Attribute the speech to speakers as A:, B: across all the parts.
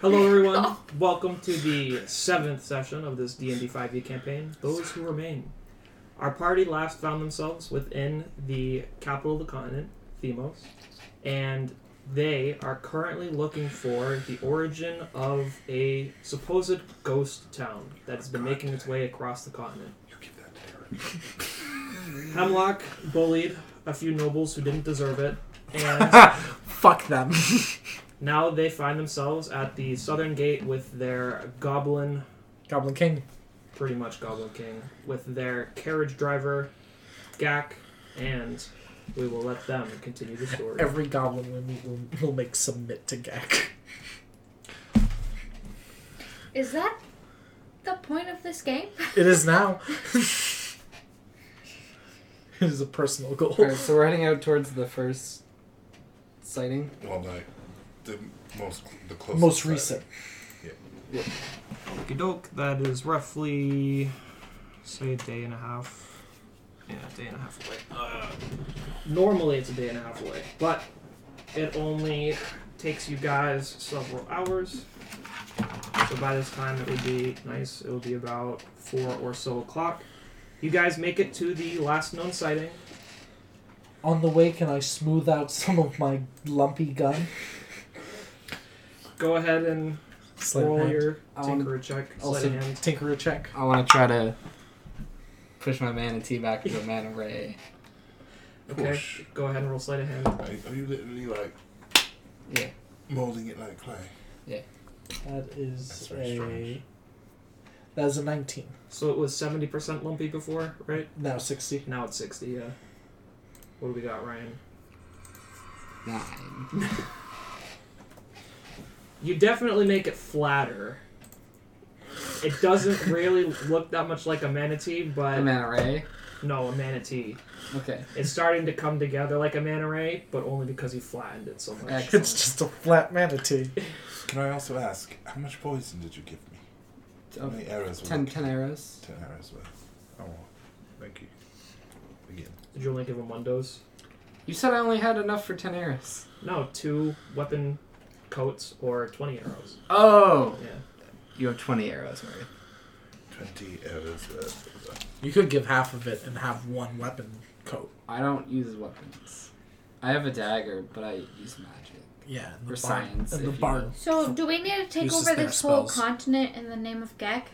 A: Hello, everyone. Welcome to the seventh session of this D and D five E campaign. Those who remain. Our party last found themselves within the capital of the continent, Themos, and they are currently looking for the origin of a supposed ghost town that's been making its way across the continent.
B: You give that to Eric.
A: Hemlock bullied a few nobles who didn't deserve it, and
C: Fuck them.
A: Now they find themselves at the southern gate with their goblin,
C: Goblin King.
A: pretty much goblin king, with their carriage driver, Gak, and we will let them continue the story.
C: Every goblin will, will, will make submit to Gak.
D: Is that the point of this game?
C: It is now. it is a personal goal.
E: All right, so we're heading out towards the first sighting.
B: Well, the, the most the closest
C: Most
B: sighting.
C: recent.
A: Okey doke, that is roughly, say, a day and a half. Yeah, a day and a half away. Uh, normally it's a day and a half away, but it only takes you guys several hours. So by this time it would be nice. It would be about four or so o'clock. You guys make it to the last known sighting.
C: On the way, can I smooth out some of my lumpy gun?
A: Go ahead and
C: Sleight of
A: roll
C: hand.
A: your
E: Um,
A: tinker check. Sleight
C: also
A: of hand.
C: tinker a check.
E: I want to try to push my manatee back into a man of ray.
A: Okay.
B: Whoosh.
A: Go ahead and roll sleight of hand.
B: Are, are you literally like
E: Yeah.
B: molding it like clay?
C: That
B: That's
C: is
B: very
C: a.
B: strange.
C: That is a 19.
A: So it was seventy percent lumpy before, right?
C: Now 60.
A: Now it's 60, yeah. What do we got, Ryan?
E: Nine.
A: You definitely make it flatter. It doesn't really look that much like a manatee,
E: A
A: but
E: man of ray.
A: no, a manatee.
E: Okay.
A: It's starting to come together like a manta ray, but only because he flattened it so much.
E: Excellent.
C: It's just a flat manatee.
B: Can I also ask how much poison did you give me? How
E: Oh,
B: many arrows? were
E: ten,
B: there?
E: ten arrows.
B: Ten arrows. Were. Oh, thank you. Again.
A: Did you only give him one dose?
E: You said I only had enough for ten arrows.
A: No, two weapon coats or 20 arrows.
E: Oh.
A: Yeah.
E: You have twenty arrows worth.
B: Twenty arrows. Worth. uh,
C: You could give half of it and have one weapon coat.
E: I don't use weapons. I have a dagger, but I use magic.
C: Yeah, and
E: Or
C: the barn.
E: science,
C: And
E: if
C: the
E: you
C: barn.
D: So, do we need to take
C: Uses
D: over
C: their
D: this
C: spells.
D: whole continent in the name of Gek?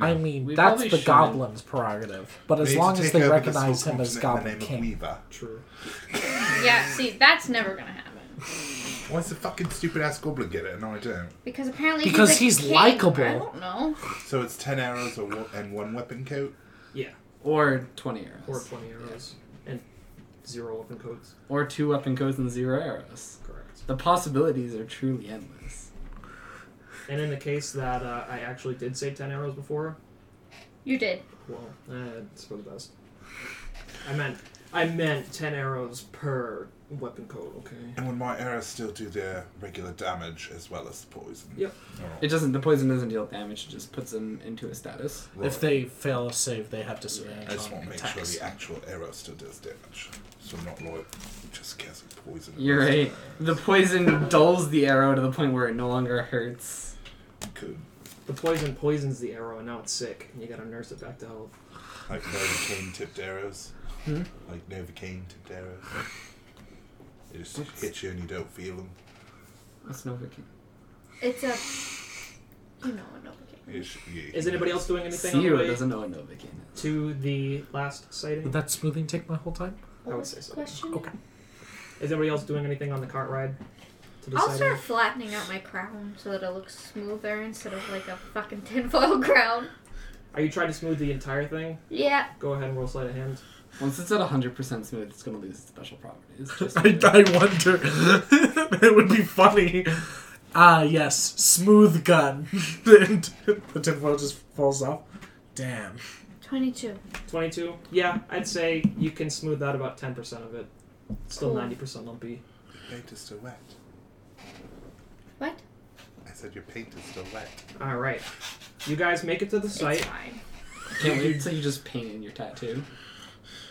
C: I
B: No.
C: mean,
E: We
C: that's the
E: probably shouldn't.
C: goblin's prerogative. But
B: We
C: as
B: need
C: long
B: to
C: as
B: take
C: they
B: over this
C: recognize
B: whole
C: him
B: continent
C: as
B: in
C: Goblin
B: the name
C: King.
B: of Weaver.
A: True.
D: Yeah, see, that's never gonna happen.
B: Why's the fucking stupid ass goblin get it and I don't?
D: Because apparently
C: Because
D: he's,
C: he's
D: a king.
C: likable.
D: I don't know.
B: So it's ten arrows or wo- and one weapon coat.
A: Yeah,
E: Or twenty
A: or
E: arrows.
A: 20 arrows. And zero weapon coats.
E: Or, two weapon codes and zero arrows.
A: Correct.
E: The possibilities are truly endless.
A: And in the case that uh, I actually did say 10 arrows before,
D: You did.
A: Well, uh, it's for the best. I meant, I meant ten arrows per weapon coat. Okay.
B: And would my arrows still do their regular damage as well as the poison?
A: Yep.
E: It doesn't. The poison doesn't deal damage. It just puts them into a status.
B: Right.
C: If they fail a save, they have disadvantage
B: I just
C: on
B: want to make
C: attacks.
B: sure the actual arrow still does damage. So I'm not like just guessing poison.
E: You're right. The poison dulls the arrow to the point where it no longer hurts.
B: Could
A: The poison poisons the arrow, and now it's sick, and you gotta nurse it back to health.
B: like Novocaine tipped arrows.
E: Hmm?
B: Like Novocaine tipped arrows. It just hits you and you don't feel them.
E: That's Novocaine.
D: It's a. You know what? Okay.
B: It sh- yeah,
A: Is anybody else doing anything on the
E: Zero
A: way
E: doesn't know what Novocaine is.
A: to the last
C: Did
A: sighting?
C: that smoothing take my whole time?
A: I would
D: What was
A: say
D: the
A: so.
D: question?
C: Okay.
A: Is anybody else doing anything on the cart ride? To the
D: I'll
A: sighting?
D: start flattening out my crown so that it looks smoother instead of like a fucking tinfoil crown.
A: Are you trying to smooth the entire thing?
D: Yeah.
A: Go ahead and roll sleight of hand.
E: Once it's at 100% smooth, it's gonna lose its special properties. Just
C: I, I wonder. it would be funny. Ah, yes. Smooth gun. and the tinfoil just falls off. Damn.
D: 22.
A: Twenty-two. Yeah, I'd say you can smooth out about ten percent of it. Still
D: Cool.
A: ninety percent lumpy.
B: Your paint is still wet.
D: What?
B: I said your paint is still wet.
A: All right. You guys make it to the
D: It's
A: site.
D: fine.
E: can't wait till you just paint in your tattoo.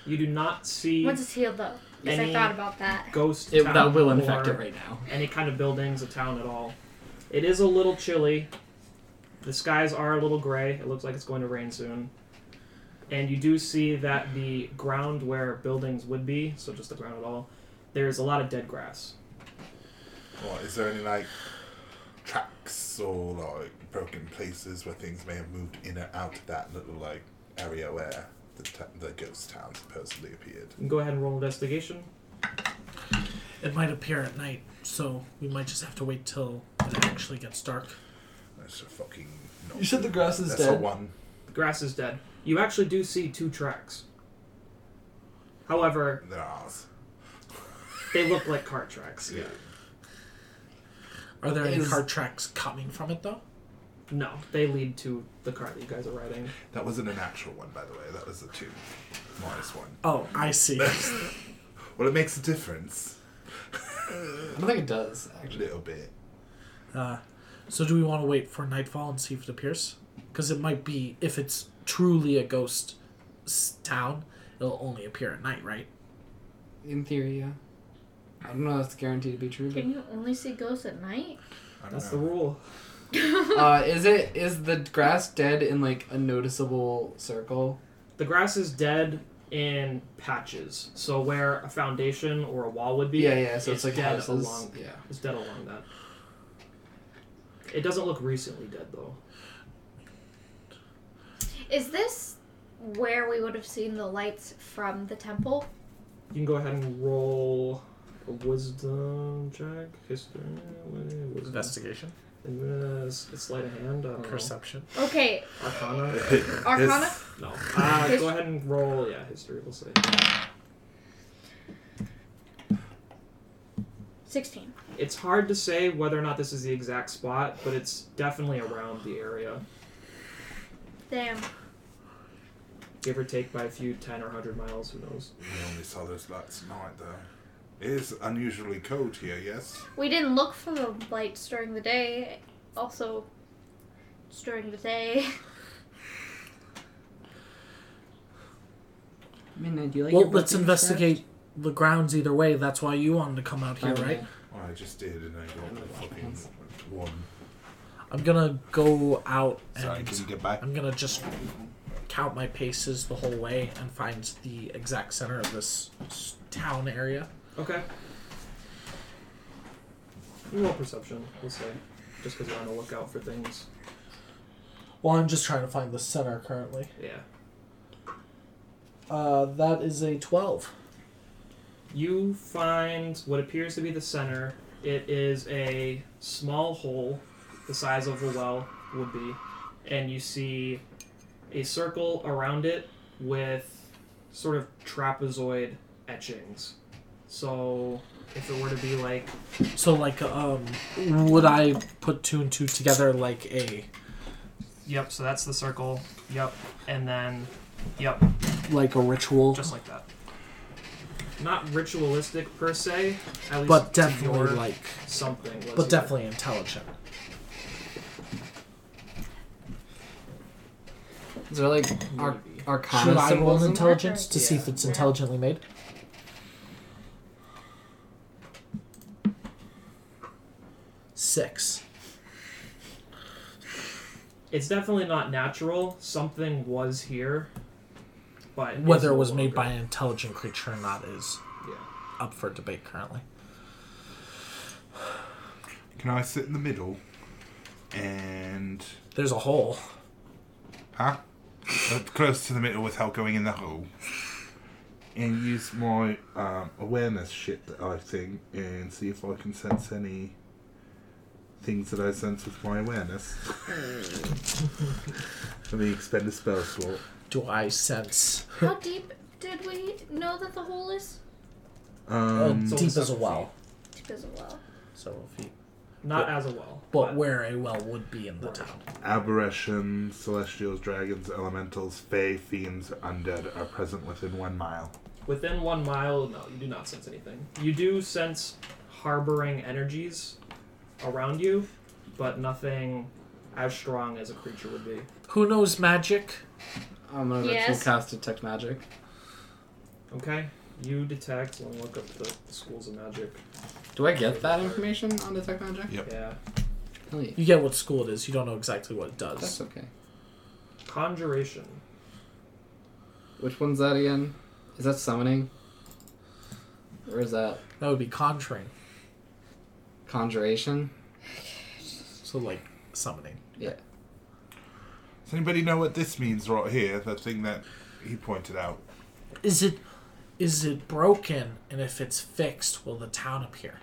A: You do not see
D: Once it's healed though, because I
A: Any-
D: thought about that.
A: ghost
E: It,
A: town
E: that will
A: or
E: infect it right now.
A: any kind of buildings, a town at all. It is a little chilly. The skies are a little gray. It looks like it's going to rain soon. And you do see that the ground where buildings would be, so just the ground at all, there is a lot of dead grass.
B: Or is there any like tracks or like broken places where things may have moved in or out of that little like area where the, ta the ghost town supposedly appeared?
A: Go ahead and roll investigation.
C: It might appear at night, so we might just have to wait till it actually gets dark.
B: That's a fucking.
E: You said the grass is
B: That's a
E: dead.
B: one.
A: The grass is dead. You actually do see two tracks. However,
B: They're ours.
A: they look like cart tracks.
B: Yeah.
C: Are there any
E: Is-
C: car tracks coming from it though?
A: No, they lead to the car that you guys are riding.
B: That wasn't a natural one, by the way. That was a two minus one.
C: Oh, I see.
B: Well, it makes a difference.
E: I don't think it does,
B: A
E: actually.
B: little bit.
C: Uh, so do we want to wait for nightfall and see if it appears? Because it might be if it's truly a ghost s- town, it'll only appear at night, right?
E: In theory, yeah. I don't know if it's guaranteed to be true,
D: Can you only see ghosts at night?
B: I don't
A: That's the
B: know.
A: rule.
E: but uh, is it is the grass dead in like a noticeable circle?
A: The grass is dead in patches. So where a foundation or a wall would be,
E: Yeah, yeah. So it's, like
A: dead
E: houses.
A: along.
E: Yeah.
A: It's dead along that. It doesn't look recently dead though.
D: Is this where we would have seen the lights from the temple?
A: You can go ahead and roll a wisdom check, history, wisdom.
C: Investigation,
A: And, uh, sleight of hand. I
C: Oh.
A: don't
C: perception.
D: Okay,
A: know. Arcana.
D: Arcana.
A: No. Uh, go ahead and roll. Yeah, history. We'll see.
D: Sixteen.
A: It's hard to say whether or not this is the exact spot, but it's definitely around the area,
D: Damn.
A: give or take by a few ten or hundred miles. Who knows?
B: We only saw those lights at night, though. It is unusually cold here, yes?
D: We didn't look for the lights during the day. Also, it's during the day.
E: Midnight. Do you like?
C: well, let's investigate the grounds either way. That's why you wanted to come out here, right?
B: Well, Oh, I just did, and I got the fucking one.
C: I'm gonna go out
B: Sorry,
C: and
B: did you get back?
C: I'm gonna just count my paces the whole way and find the exact center of this s- town area.
A: Okay. You Roll perception. We'll say, just because you're on the lookout for things.
C: Well, I'm just trying to find the center currently.
A: Yeah.
C: Uh, that is a 12.
A: You find what appears to be the center. It is a small hole, the size of a well would be, and you see a circle around it with sort of trapezoid etchings. So, if it were to be like,
C: So, like, um, would I put two and two together like a,
A: yep, so that's the circle, yep, and then, yep,
C: like a ritual?
A: just like that. Not ritualistic per se, at least
C: but
A: to
C: definitely
A: your
C: like,
A: something. Let's
C: but
A: hear it.
C: definitely intelligent.
E: Is there like arc-
A: Maybe.
E: arcana
C: Should I roll
E: symbols?
C: an
E: in-
C: intelligence to see if
A: Yeah.
C: it's intelligently made? Six.
A: It's definitely not natural. Something was here, but is
C: Whether it
A: no
C: was made by
A: longer.
C: an intelligent creature or not is
A: Yeah.
C: up for debate currently.
B: Can I sit in the middle? And.
C: There's a hole.
B: Huh? Uh, close to the middle without going in the hole. And use my um, awareness shit that I think and see if I can sense any things that I sense with my awareness. Let me expend a spell slot.
C: Do I sense
D: How deep did we know that the hole is?
C: uh,
B: Um,
A: so-
C: deep as a well?
D: Deep as well.
C: Several feet.
A: Not as a well.
C: But where a well would be in the town.
B: aberrations, celestials, dragons, elementals, fae, fiends, undead are present within one mile.
A: within one mile, no, you do not sense anything. You do sense harboring energies around you, but nothing as strong as a creature would be.
C: Who knows magic?
E: I'm gonna
D: Yes.
E: ritual cast detect magic.
A: Okay. You detect and look up the, the schools of magic.
E: Do I get that information on Detect Magic?
B: Yep.
A: Yeah.
E: Hell yeah.
C: You get what school it is. You don't know exactly what it does.
E: That's okay.
A: Conjuration.
E: Which one's that again? Is that summoning? Or is that
C: that would be conjuring.
E: conjuration?
C: So like summoning.
E: Yeah.
B: Does anybody know what this means right here? The thing that he pointed out.
C: Is it is it broken? And if it's fixed, will the town appear?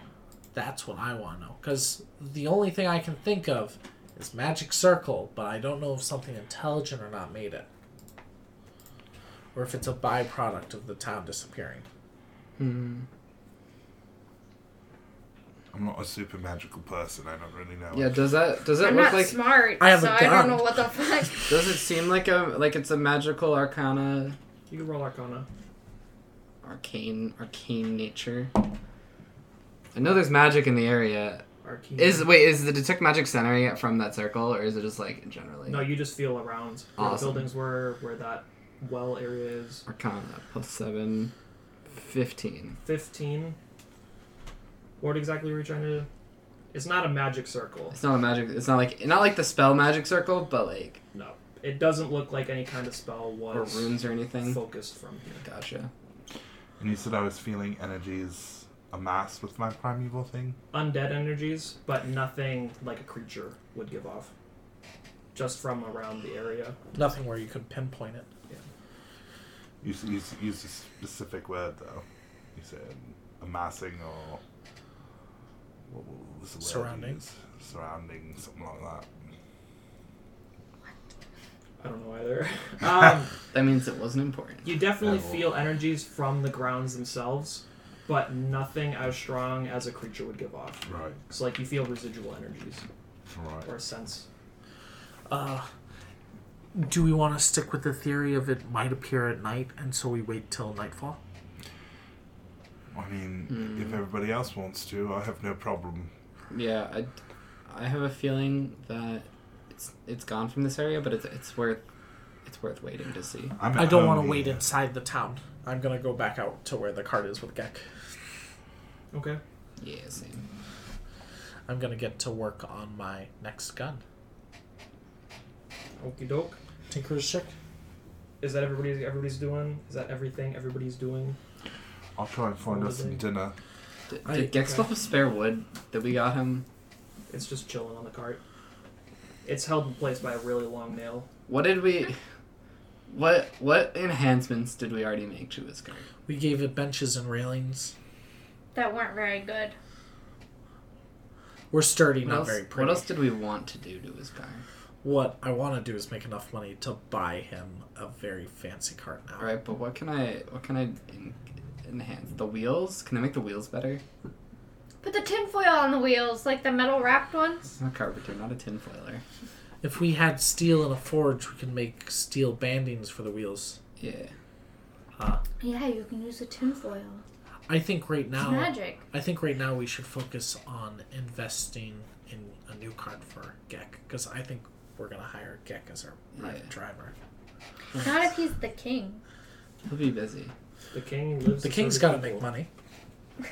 C: That's what I want to know. Because the only thing I can think of is magic circle, but I don't know if something intelligent or not made it, or if it's a byproduct of the town disappearing.
E: Hmm.
B: I'm not a super magical person. I don't really know.
E: Yeah, does that does it
D: I'm
E: look
D: not
E: like
D: smart,
C: I have a
D: so I don't
C: gun.
D: know what the fuck.
E: does it seem like a like it's a magical arcana
A: You can roll Arcana.
E: arcane arcane nature? I know there's magic in the area.
A: Arcane.
E: Is wait, is the detect magic centering it from that circle or is it just like generally?
A: No, you just feel around where the
E: Awesome.
A: buildings were, where that well area is.
E: Arcana plus seven. 15.
A: 15. What exactly were you trying to. It's not a magic circle.
E: It's not a magic. It's not like not like the spell magic circle, but like
A: No. It doesn't look like any kind of spell
E: or
A: was
E: runes or anything.
A: focused from here.
E: Gotcha.
B: And you said I was feeling energies amassed with my primeval thing.
A: Undead energies, but nothing like a creature would give off. Just from around the area.
C: Nothing where you could pinpoint it.
B: Use use use a specific word though. You said amassing or what what was the word you
C: Surrounding.
B: used? Surrounding, something like that.
A: I don't know either. Um,
E: That means it wasn't important.
A: you definitely
B: Level.
A: feel energies from the grounds themselves, but nothing as strong as a creature would give off.
B: Right,
A: So, like, you feel residual energies
B: right.
A: or a sense.
C: Uh, do we want to stick with the theory of it might appear at night, and so we wait till nightfall?
B: I mean,
C: Hmm.
B: if everybody else wants to, I have no problem.
E: Yeah, I, I have a feeling that it's it's gone from this area, but it's it's worth it's worth waiting to see.
B: I'm
C: I don't want
B: to
C: to wait inside the town. Um, I'm gonna go back out to where the cart is with Gek.
A: Okay.
E: Yeah, same.
C: I'm gonna get to work on my next gun.
A: Okie doke.
C: Tinker's check.
A: Is that everybody's everybody's doing? Is that everything everybody's doing?
B: I'll try and find us some dinner.
E: D-
C: I-
E: did Gex still have spare wood that we got him?
A: It's just chilling on the cart. It's held in place by a really long nail.
E: What did we? What what enhancements did we already make to his card?
C: We gave it benches and railings.
D: That weren't very good.
C: We're sturdy,
E: What
C: not
E: else,
C: very
E: what
C: pretty.
E: else did we want to do to his card?
C: What I want to do is make enough money to buy him a very fancy cart now.
E: All right, but what can I what can I en- enhance? The wheels? Can I make the wheels better?
D: Put the tinfoil on the wheels, like the metal wrapped ones.
E: It's not a carpenter, not a tinfoiler.
C: If we had steel in a forge, we could make steel bandings for the wheels.
E: Yeah.
D: Yeah, you can use the tinfoil.
C: I think right
D: It's
C: now.
D: magic.
C: I think right now we should focus on investing in a new card for Gek because I think we're gonna hire Gek as our private
E: Yeah.
C: driver.
D: Not if he's the king.
E: He'll be busy.
A: The king lives.
C: The
A: to
C: king's
A: serve
C: gotta
A: people,
C: make money.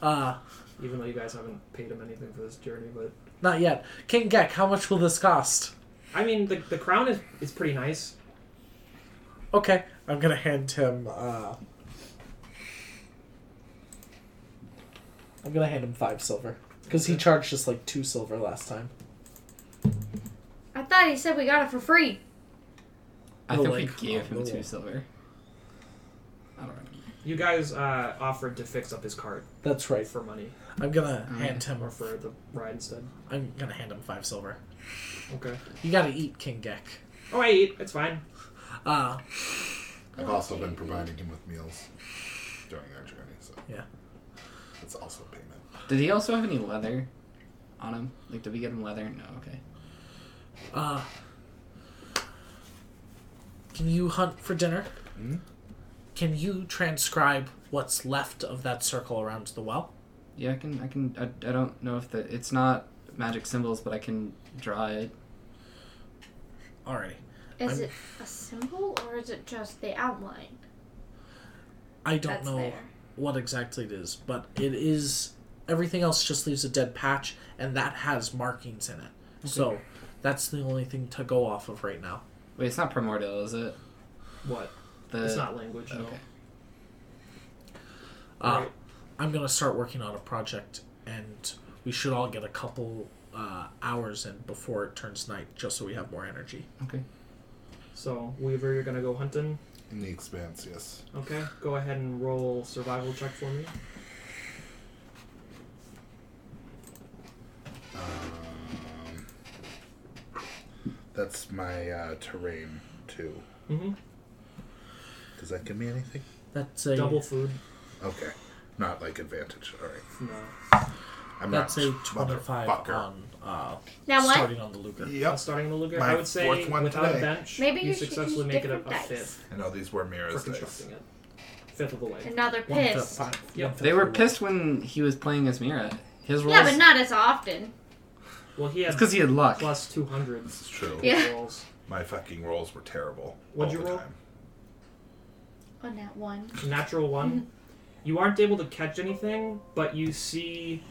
C: Uh,
A: Even though you guys haven't paid him anything for this journey, but
C: not yet. King Gek, how much will this cost?
A: I mean, the, the crown is is pretty nice.
C: Okay, I'm gonna hand him. Uh, I'm gonna hand him five silver because he charged us like two silver last time.
D: I thought he said we got it for free.
E: I
C: No,
E: think
C: like,
E: we gave
C: oh,
E: him
C: no.
E: two silver. I don't know.
A: You guys uh, offered to fix up his cart
C: That's right.
A: for money
C: I'm gonna hand him.
A: or for the ride instead.
C: I'm gonna hand him five silver.
A: Okay.
C: You gotta eat, King Gek.
A: Oh, I eat. It's fine.
C: Uh,
B: I've also been providing him with meals during our journey, so
C: Yeah.
B: it's also a payment.
E: Did he also have any leather on him? Like, did we get him leather? No, okay.
C: uh, can you hunt for dinner?
B: Hmm?
C: Can you transcribe what's left of that circle around the well?
E: Yeah, I can. I can. I, I don't know if the it's not magic symbols, but I can draw it.
C: Alrighty.
D: Is
C: I'm-
D: it a symbol or is it just the outline?
C: I don't
D: That's
C: know
D: there.
C: what exactly it is, but it is everything else just leaves a dead patch, and that has markings in it. So that's the only thing to go off of right now.
E: Wait, it's not primordial, is it?
A: What?
E: The,
A: it's not language.
E: Okay.
A: No.
C: Uh,
A: Right.
C: I'm gonna start working on a project, and we should all get a couple uh, hours in before it turns night, just so we have more energy.
E: Okay.
A: So Weaver, you're gonna go hunting.
B: In the expanse, yes.
A: Okay, go ahead and roll survival check for me.
B: Um, that's my uh, terrain too.
A: Mm-hmm.
B: Does that give me anything?
C: That's a
A: Double food.
B: Okay, not like advantage. All right,
A: No.
B: I'm
C: that's
B: not
C: a twenty-five
B: motherfucker.
C: on uh,
D: Now what?
C: starting on the Luger.
A: Uh,
B: Yep.
A: starting the Luger,
B: My
A: I would say
B: fourth one
A: without a
B: today.
A: bench,
D: Maybe
A: you
D: you should
A: successfully
D: use
A: make it up a
D: different dice.
A: fifth
B: I know these were
A: for
B: mirrors. Dice.
A: constructing it. Fifth of the way.
D: Another
C: One fifth,
D: piss.
C: five-
A: Yep.
C: one fifth
E: They were
C: of the
E: pissed when he was playing as Mira. His rolls.
D: Yeah, but not as often.
A: Well, he
E: It's
A: had
E: because he had luck.
A: plus two hundred
B: This is true.
D: Yeah.
A: rolls.
B: My fucking rolls were terrible
A: What'd
B: all
A: you
B: the
A: roll?
B: time.
D: On that one.
A: Natural
D: Mm-hmm.
A: one. You aren't able to catch anything, but you see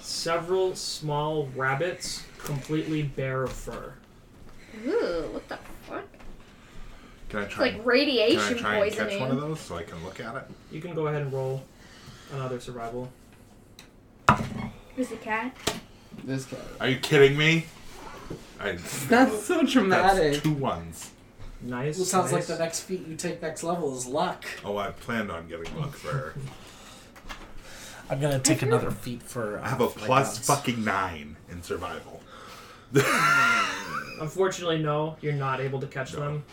A: several small rabbits completely bare of fur.
D: Ooh, what the fuck?
B: Can I
D: It's
B: try?
D: like
B: can I
D: radiation
B: try and catch one of
D: poisoning.
B: those so I can look at it?
A: You can go ahead and roll another survival.
D: Is it cat?
E: This guy.
B: Are you kidding me? I,
E: That's so
B: that's
E: dramatic.
B: two ones.
A: Nice.
C: Well, sounds like
A: nice.
C: the next feat you take next level is luck.
B: Oh, I planned on getting luck for.
C: I'm gonna take another feat for. Uh,
B: I have a
C: my
B: plus
C: guns.
B: fucking nine in survival.
A: Unfortunately, no, you're not able to catch them.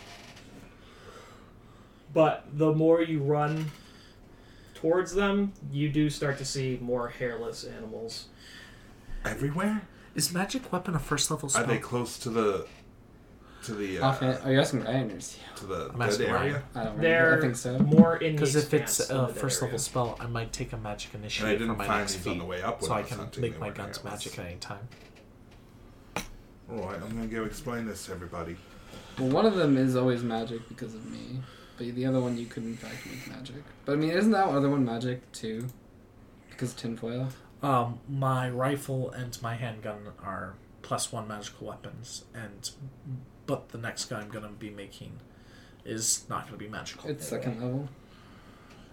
A: But the more you run towards them, you do start to see more hairless animals.
B: Everywhere?
C: Is magic weapon a first level
B: Are
C: spell?
B: they close to the to the
E: Okay.
B: uh,
E: Are you asking Ryaners?
B: to the
C: I'm
B: dead
C: asking
B: area?
C: Ryan.
E: I don't remember.
A: They're
E: I think so.
A: more in the
C: Because if
A: expanse
C: it's
A: than
C: a
A: the dead
C: first level
A: area.
C: spell, I might take a magic
B: And I
C: initiative for
B: didn't
C: my
B: find
C: next
B: these
C: feat,
B: on the way up.
C: so
B: when
C: I
B: was
C: can
B: hunting,
C: make
B: they
C: my
B: weren't
C: guns
B: hairless.
C: magic at any time.
B: All right, I'm gonna go explain this to everybody.
E: Well, one of them is always magic because of me, but the other one you could in fact make magic. But I mean, isn't that other one magic too? Because tinfoil.
C: Um, my rifle and my handgun are plus one magical weapons, and but the next guy I'm gonna be making is not gonna be magical.
E: It's second level.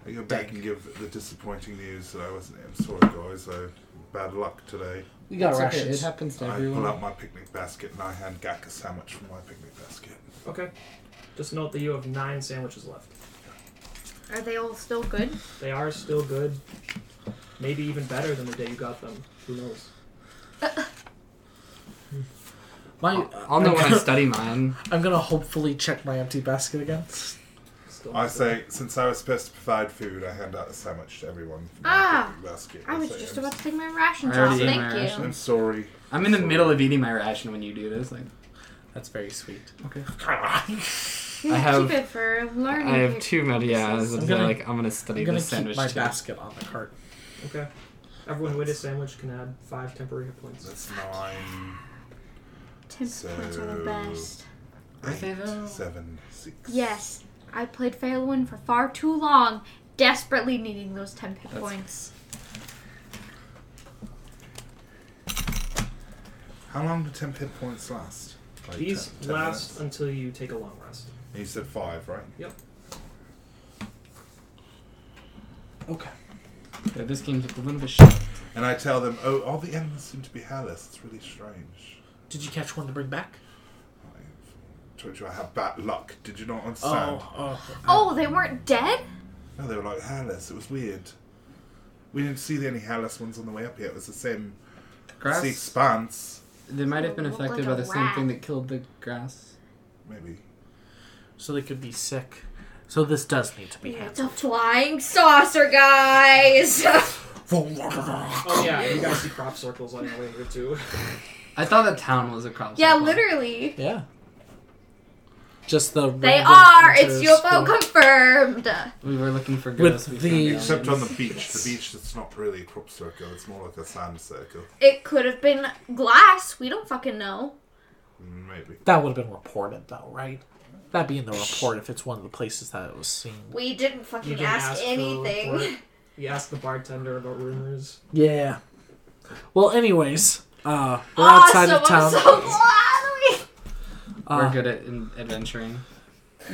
B: I go back
C: Dang.
B: and give the disappointing news that I wasn't in sword guys. So bad luck today.
C: You got
E: It's okay,
C: rations.
E: It happens to
B: I pull out
E: everyone.
B: my picnic basket and I hand Gak a sandwich from my picnic basket.
A: Okay. Just note that you have nine sandwiches left.
D: Are they all still good?
A: They are still good. Maybe even better than the day you got them. Who knows?
C: My,
E: I'll know when I
C: I'm,
E: study mine.
C: I'm gonna hopefully check my empty basket again.
A: Still
B: I say, since I was supposed to provide food, I hand out a sandwich to everyone from my
D: Ah,
B: picnic basket.
D: I was
B: say,
D: just
B: "I'm
D: about to take my rations
E: I already
D: off.
E: ate my
D: Thank you.
E: rations.
B: I'm sorry.
E: I'm in the middle of eating my ration when you do this. Like,
C: That's very sweet.
E: okay.
D: You
E: I
D: keep
E: have-
D: it for learning.
E: I have two medi. Yeah, I was
C: I'm
E: gonna,
C: gonna-
E: like, I'm gonna study
C: I'm gonna
E: this
C: keep
E: sandwich
C: my
E: too.
C: basket on the cart.
A: Okay. Everyone with a sandwich can add five temporary hit points.
B: That's nine,
D: Temp
B: So-
D: points are the best.
E: Are they
B: eight,
E: though?
B: seven, six.
D: Yes, I played Faelwyn for far too long, desperately needing those temp hit
E: That's-
D: points.
B: How long do temp hit points last? Like
A: These
B: ten- ten
A: last
B: minutes?
A: until you take a long rest.
B: You said five, right?
C: Okay.
E: Yeah, this game's a little bit shit.
B: And I tell them, oh, all the animals seem to be hairless. It's really strange.
C: Did you catch one to bring back?
B: I told you I have bad luck. Did you not understand?
C: oh.
D: Oh, they weren't dead?
B: No, they were like hairless. It was weird. We didn't see any hairless ones on the way up here. It was the same
E: Grass.
B: sea expanse,
E: They might have been
D: Look
E: affected
D: like
E: by
D: a
E: the same thing
D: rat.
E: that killed the grass.
B: maybe.
C: So they could be sick. So this does need to be
D: It's a flying saucer, guys!
C: handled.
A: Oh yeah, you guys see crop circles on your way here too.
E: I thought the town was a crop.
D: yeah,
E: circle.
D: literally.
C: Yeah. Just the.
D: They
C: random
D: are! It's
C: interspersed-
D: UFO confirmed!
E: We were looking for
C: With
E: ghosts. we
C: the-
E: found
B: Except on
E: aliens.
B: the beach. The beach, it's not really a crop circle. It's more like a sand circle.
D: It could have been glass. We don't fucking know.
B: Maybe.
C: That would have been reported, though, right? That'd be in the report if it's one of the places that it was seen.
D: We didn't fucking
A: You didn't
D: ask,
A: ask for a report.
D: anything.
A: You ask the bartender about rumors.
C: Yeah. Well, anyways, uh, we're outside
D: Awesome!
C: of town.
D: I'm so glad
E: We're
C: Uh,
E: good at in- adventuring.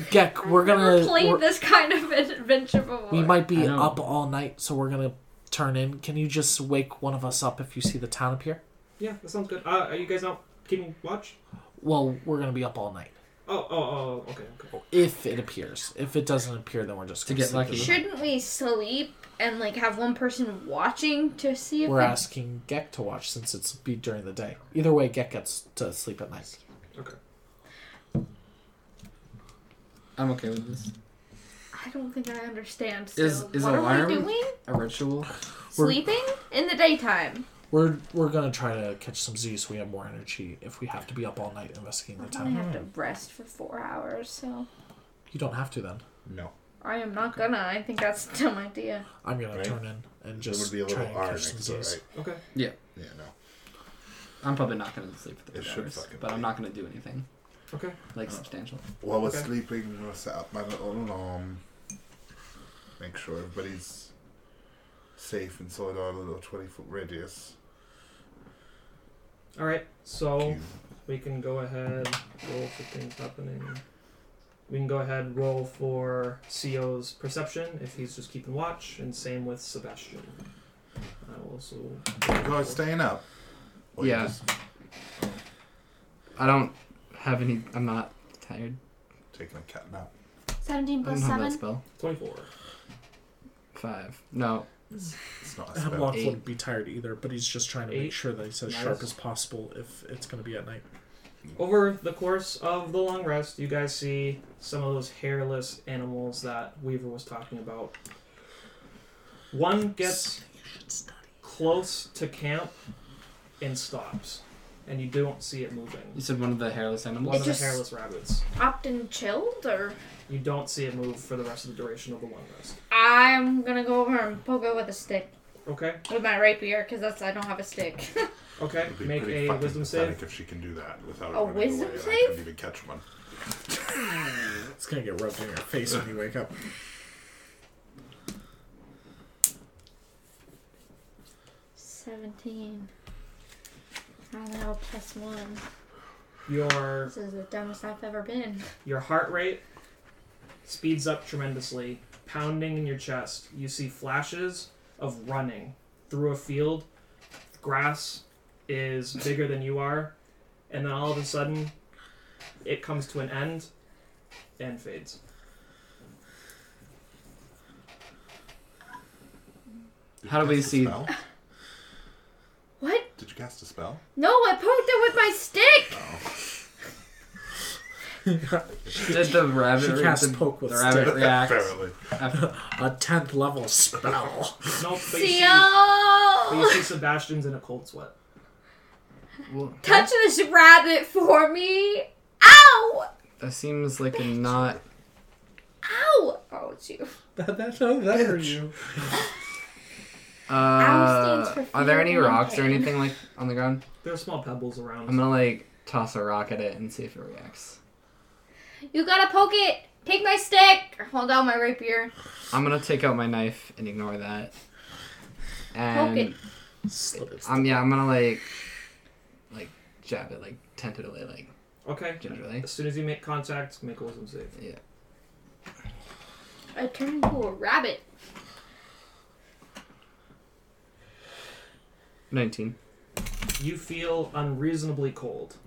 C: Gek,
D: we.
C: we're gonna.
D: never played
C: we're-
D: this kind of adventure before.
C: we might be
E: I know.
C: up all night, so we're gonna turn in. Can you just wake one of us up if you see the town appear?
A: Yeah, that sounds good. Uh, are you guys out keeping watch?
C: Well, we're gonna be up all night
A: Oh, oh, oh, okay, okay.
C: if it appears. If it doesn't appear, then we're just
E: To
C: gonna
E: get
C: sleep
E: lucky.
C: in.
D: Shouldn't we sleep and like have one person watching to see if
C: We're
D: we-
C: asking Gek to watch since it's be during the day. Either way, Gek gets to sleep at night.
A: okay.
E: I'm okay with this.
D: I don't think I understand. So
E: Is- is
D: what are
E: alarm-
D: we doing?
E: A ritual.
C: We're-
D: Sleeping in the daytime.
C: We're we're gonna try to catch some Z's so we have more energy if we have to be up all night investigating
D: I
C: the
D: only
C: town.
D: have to rest for four hours, so
C: You don't have to then.
B: No.
D: I am not gonna. I think that's a dumb idea.
C: I'm gonna
B: Right.
C: turn in and
B: It
C: just
B: would be a
C: try
B: little
C: and
B: R
C: catch some
B: next to it,
C: Z's.
B: right?
A: Okay.
B: Yeah, no.
E: I'm probably not gonna sleep for
B: It
E: three
B: should
E: hours,
B: fucking
E: but I'm
B: be. Oh.
E: not gonna do anything
A: Okay.
E: like substantial.
B: While we're
A: Okay.
B: sleeping, I'm gonna set up my little alarm. Make sure everybody's safe inside our little twenty foot radius.
A: All right. So
C: Oh.
B: You-
A: we can go ahead roll for things happening. We can go ahead roll for CO's perception if he's just keeping watch, and same with Sebastian. I will also.
B: You guys staying up? Or you
E: Yeah.
B: just
E: I don't have any. I'm not tired.
B: taking a cat nap.
D: Seventeen
E: I don't
D: plus
E: have that
D: seven.
E: spell.
A: Twenty-four.
E: Five. No.
B: It's not a spell.
C: Hemlock
E: Eight.
C: wouldn't be tired either, but he's just trying to
A: Eight.
C: make sure that he's as
E: Nice.
C: sharp as possible if it's gonna be at night.
A: Over the course of the long rest, you guys see some of those hairless animals that Weaver was talking about. One gets close to camp and stops, and you don't see it
E: You
A: moving.
E: said one of the hairless
A: One
E: animals.
A: of
D: just-
A: the hairless rabbits.
D: Opt and chilled, or
A: You don't see it move for the rest of the duration of the long rest.
D: I'm gonna go over and poke it with a stick
A: Okay,
D: with my rapier because that's I don't have a stick.
A: okay.
B: It'd be
A: Make
B: pretty
A: a
B: fucking
A: wisdom
B: pathetic
A: save.
B: if she can do that without
D: A
B: running
D: wisdom
B: away, and I
D: save?
B: couldn't even catch one.
C: It's gonna get rubbed in your face when you wake up.
D: Seventeen. I don't know, plus one.
A: Your
D: This is the dumbest I've ever been.
A: your heart rate speeds up tremendously, pounding in your chest. You see flashes of running through a field. Grass is bigger than you are, and then all of a sudden, it comes to an end and fades.
B: Did
E: How
B: you
E: do we
B: cast a
E: see-
B: Spell?
D: What?
B: Did you cast a spell?
D: No, I poked it with my stick.
E: Did the rabbit?
C: She
E: re-
C: casts
E: did
C: poke with
E: the rabbit
C: stick.
E: react.
B: Apparently.
E: after-
C: A tenth level spell.
A: No, but you, see, but you
D: Co.
A: see Sebastian's in a cold sweat.
E: well,
D: Touch this rabbit for me. Ow!
E: that seems like a not.
D: Ow! Oh, it's you.
C: that that no, that hurt you.
E: Uh,
D: stands for
E: are there
D: fear
E: any
D: and
E: rocks or
D: pain.
E: anything like on the ground?
A: There are small pebbles around.
E: I'm gonna like toss a rock at it and see if it reacts.
D: You gotta poke it. Take my stick. Hold out my rapier.
E: I'm gonna take out my knife and ignore that.
D: it.
E: And
C: Slit its-
E: I'm yeah, I'm gonna like like jab it like tentatively, like
A: Okay.
E: gingerly.
A: As soon as you make contact, make a wisdom save.
E: Yeah.
D: I turned into a rabbit.
E: Nineteen.
A: You feel unreasonably cold.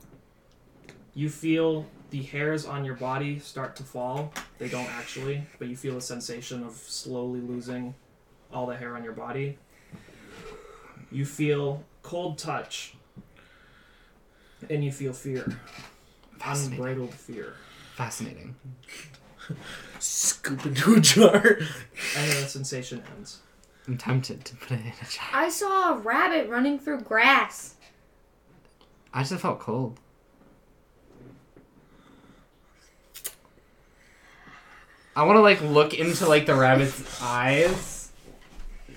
A: You feel the hairs on your body start to fall. They don't actually, but you feel a sensation of slowly losing all the hair on your body. You feel cold touch. And you feel fear.
E: Fascinating.
A: Unbridled fear.
E: Fascinating.
C: Scoop into a jar.
A: And then the sensation ends.
E: I'm tempted to put it in a jar.
D: I saw a rabbit running through grass.
E: I just felt cold. I want to like look into like the rabbit's eyes.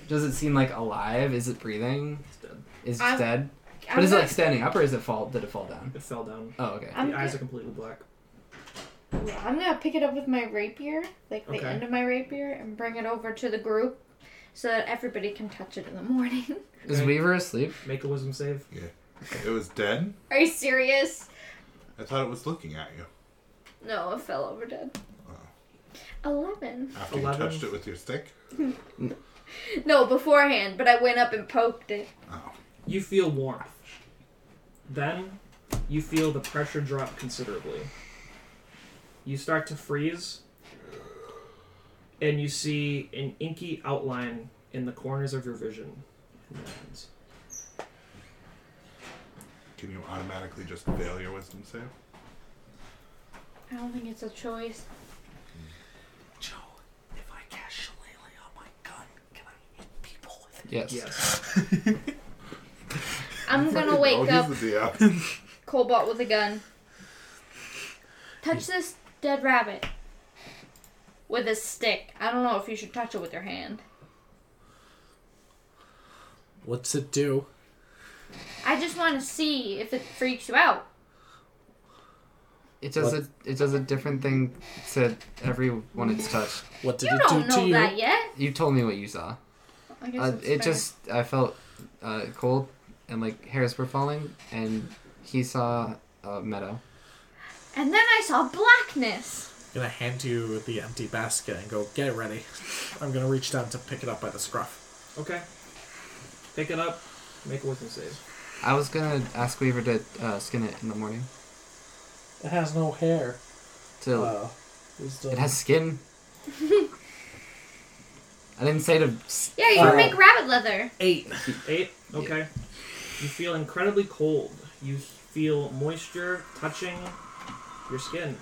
E: Does it seem like alive? Is it breathing?
A: It's dead.
E: Is it
D: I'm-
E: dead?
D: I'm
E: But is it
D: not-
E: like standing up or is it fall? Did it fall down?
A: It fell down.
E: Oh okay.
D: I'm
A: the eyes
D: go-
A: are completely black.
D: I'm gonna pick it up with my rapier, like the
A: Okay.
D: end of my rapier, and bring it over to the group so that everybody can touch it in the morning.
E: Is
A: Okay.
E: Weaver asleep?
A: Make a wisdom save.
B: It was dead.
D: Are you serious?
B: I thought it was looking at you
D: No, it fell over dead. Eleven.
B: after
A: Eleven.
B: you touched it with your stick.
D: No, beforehand, but I went up and poked it.
B: Oh,
A: You feel warmth. Then you feel the pressure drop considerably. You start to freeze, and you see an inky outline in the corners of your vision. And that ends.
B: can you automatically just fail your wisdom save?
D: I don't think it's a choice.
C: Joe, if I cast Shillelagh on my gun, can I hit people with it?
E: Yes.
A: Yes.
D: I'm gonna wake
B: oh,
D: up
B: he's the DM.
D: Cobalt with a gun. Touch this dead rabbit with a stick. I don't know if you should touch it with your hand.
C: What's it do?
D: I just want to see if it freaks you out.
E: It does
C: What?
E: a it does a different thing to everyone it's touched.
C: What did
D: You
C: it do
D: don't
C: to
D: know
C: you?
D: that yet.
E: You told me what you saw.
D: I guess
E: Uh,
D: it's
E: it
D: fair.
E: just I felt uh, cold and like hairs were falling, and he saw a meadow.
D: And then I saw blackness.
C: I'm gonna hand you the empty basket and go get it ready. I'm gonna reach down to pick it up by the scruff.
A: Okay. Pick it up. Make a wisdom save.
E: I was gonna ask Weaver to uh, skin it in the morning.
C: It has no hair.
E: To
C: Uh. wisdom.
E: it has skin. I didn't say to. s-
D: Yeah, you can
C: Uh,
D: make rabbit leather.
C: eight.
A: Eight. Okay. You feel incredibly cold. You feel moisture touching your skin.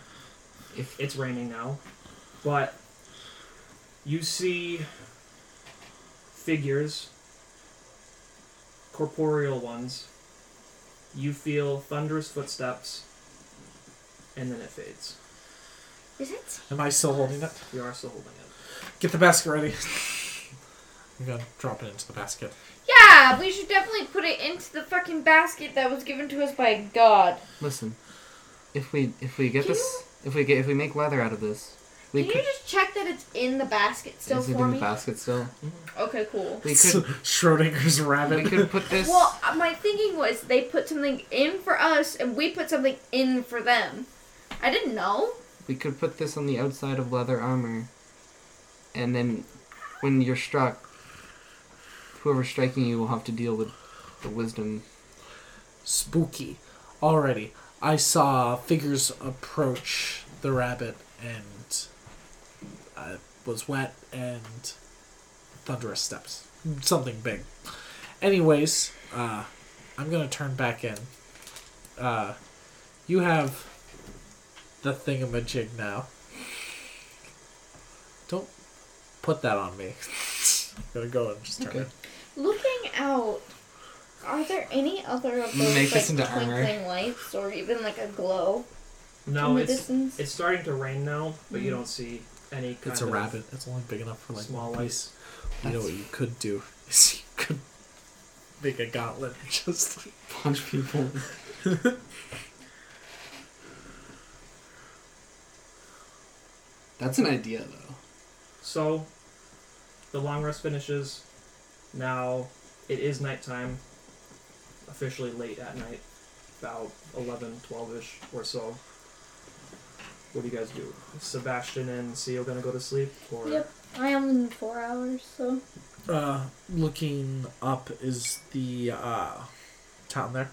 E: If
A: It's raining now, but you see figures, corporeal ones. You feel thunderous footsteps, and then it fades.
D: Is it?
C: Am I still holding it?
A: You are still holding it.
C: Get the basket ready. I'm gonna drop it into the basket.
D: Yeah, we should definitely put it into the fucking basket that was given to us by God.
E: listen, if we if we get
D: Can
E: this, if we get if we make leather out of this, we
D: Can you just check that it's in the basket still
E: is it
D: for
E: in the
D: me?
E: basket still?
D: Okay, cool.
E: We could
C: Schrodinger's
E: we
C: rabbit.
E: could put this.
D: Well, uh, my thinking was they put something in for us and we put something in for them. I didn't know.
E: We could put this on the outside of leather armor, and then when you're struck, whoever's striking you will have to deal with the wisdom.
C: Spooky. Already, I saw figures approach the rabbit, and I was wet and thunderous steps. Something big. Anyways, uh, I'm gonna turn back in. Uh, you have the thingamajig now. Don't put that on me. I'm gonna go and just turn
E: Okay.
C: it.
D: Looking out, are there any other of those
E: Make
D: like,
E: this into armor.
D: twinkling lights or even like a glow
A: No,
D: in the
A: it's
D: distance?
A: it's starting to rain now, but you don't see any kind
C: It's a
A: of
C: rabbit. It's only big enough for like
A: small
C: one piece.
A: lights.
C: You know what you could do is you could make a gauntlet and just like
E: Punch people. That's an idea, though.
A: So, the long rest finishes. Now, it is nighttime. Officially late at night. About 11, 12 ish or so. What do you guys do? Is Sebastian and Seal gonna go to sleep? Or
D: Yep. I am in four hours, so
C: uh, looking up is the uh, town there.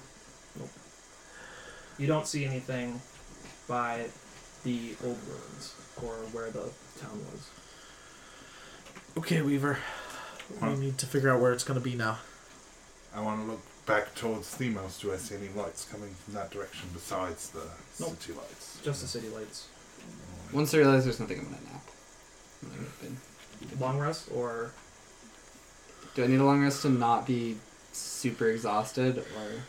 A: you don't see anything by the old ruins or where the town was.
C: Okay, Weaver.
B: Huh?
C: We need to figure out where it's gonna be now.
B: I want to look back towards Themos. Do I see any lights coming from that direction besides the
A: Nope.
B: city lights?
A: Just the city lights.
E: Once I realize there's nothing, I'm gonna nap. I'm gonna get in.
A: Long rest or.
E: Do I need a long rest to not be super exhausted, or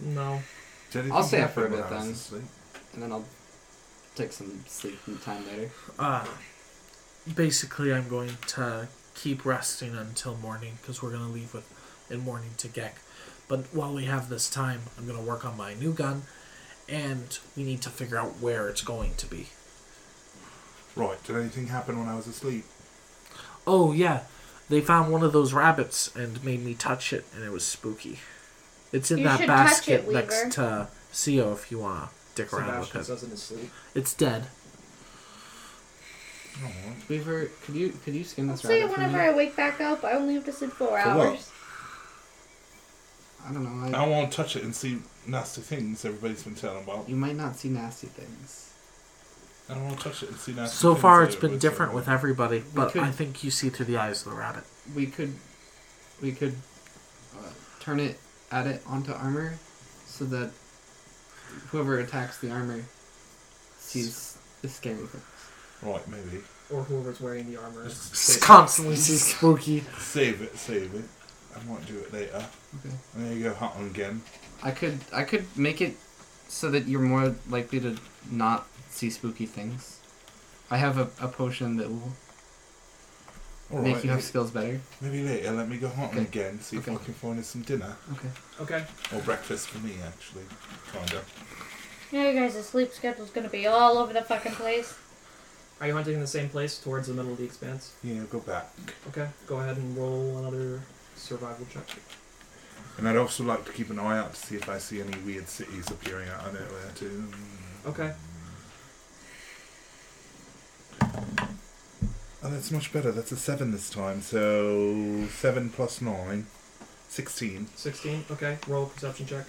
A: No.
B: Did anything
E: I'll stay up
B: happen
E: for a
B: when
E: bit
B: I was
E: then.
B: asleep?
E: and then I'll take some sleep and time later.
C: Uh, basically, I'm going to keep resting until morning because we're gonna leave with in morning to Gek. But while we have this time, I'm gonna work on my new gun, and we need to figure out where it's going to be.
B: Right, did anything happen when I was asleep?
C: Oh yeah, they found one of those rabbits and made me touch it, and it was spooky. It's in
D: You
C: that
D: should touch
C: basket
D: it, Weaver.
C: next to Sio if you wanna dick around
A: Sebastian
C: with it.
A: doesn't sleep.
C: It's dead.
E: Weaver, could you could you skin
D: I'll
E: this
D: say
E: rabbit for me?
D: whenever I wake back up, I only have to sleep four
B: For what?
D: hours.
E: I don't know. I,
B: I want to touch it and see nasty things everybody's been telling about.
E: you might not see nasty things.
B: I don't want to touch it and see nasty
C: So
B: things.
C: far,
B: that
C: it's been
B: everybody's
C: different
B: telling
C: with everybody, but
E: could-
C: I think you see through the eyes of the rabbit.
E: We could we could uh, turn it add it onto armor, so that whoever attacks the armor sees the scary things.
B: about. Right, maybe.
A: Or whoever's wearing the armor.
B: Just
C: It's
B: sa-
C: constantly sees spooky.
B: Save it, save it. I might do it later.
E: Okay.
B: And there you go, hunting again.
E: I could I could make it so that you're more likely to not see spooky things. I have a, a potion that will make
B: Alright,
E: you have
B: maybe,
E: skills better.
B: maybe later let me go hunting
E: Okay.
B: again, see if
E: Okay.
B: I can find us some dinner.
E: Okay.
A: Okay.
B: Or breakfast for me, actually. Kinda.
D: Yeah, you guys' sleep schedule's gonna be all over the fucking place.
A: Are you hunting in the same place towards the middle of the expanse?
B: Yeah, go back.
A: Okay. Go ahead and roll another survival check.
B: And I'd also like to keep an eye out to see if I see any weird cities appearing out of nowhere, too.
A: Okay.
B: Oh, that's much better. That's a 7 this time, so 7 plus 9. 16.
A: 16. Okay. Roll a perception check.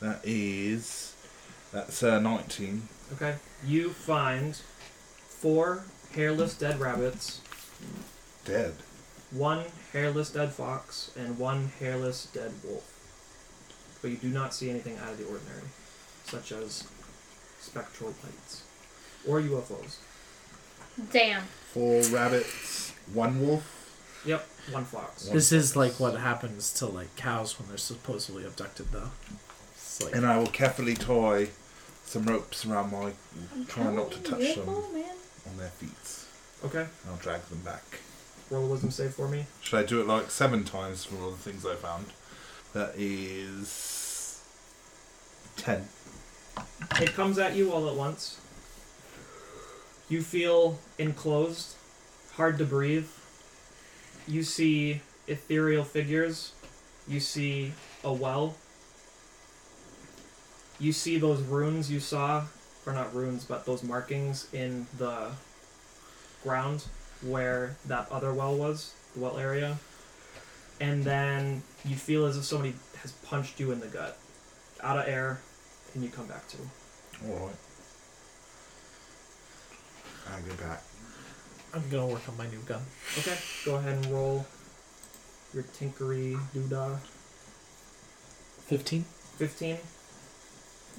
B: That is. That's uh, 19.
A: Okay. You find four hairless dead rabbits,
B: Dead.
A: one hairless dead fox, and one hairless dead wolf. But you do not see anything out of the ordinary, such as spectral lights or UFOs.
D: Damn.
B: Four rabbits, one wolf.
A: Yep. One fox.
C: This is like what happens to like cows when they're supposedly abducted, though. It's like
B: And I will carefully tie some ropes around my. try not to touch them
D: Beautiful, man.
B: on their feet.
A: Okay.
B: And I'll drag them back.
A: Roll a wisdom save for me.
B: Should I do it like seven times from all the things I found? That is. 10.
A: It comes at you all at once. You feel enclosed, hard to breathe. You see ethereal figures. You see a well. You see those runes you saw, or not runes, but those markings in the ground where that other well was, the well area. And then you feel as if somebody has punched you in the gut. Out of air, and you come back to.
B: Alright. I go back.
C: I'm gonna work on my new gun.
A: Okay, go ahead and roll your tinkery doodah.
C: Fifteen.
A: 15.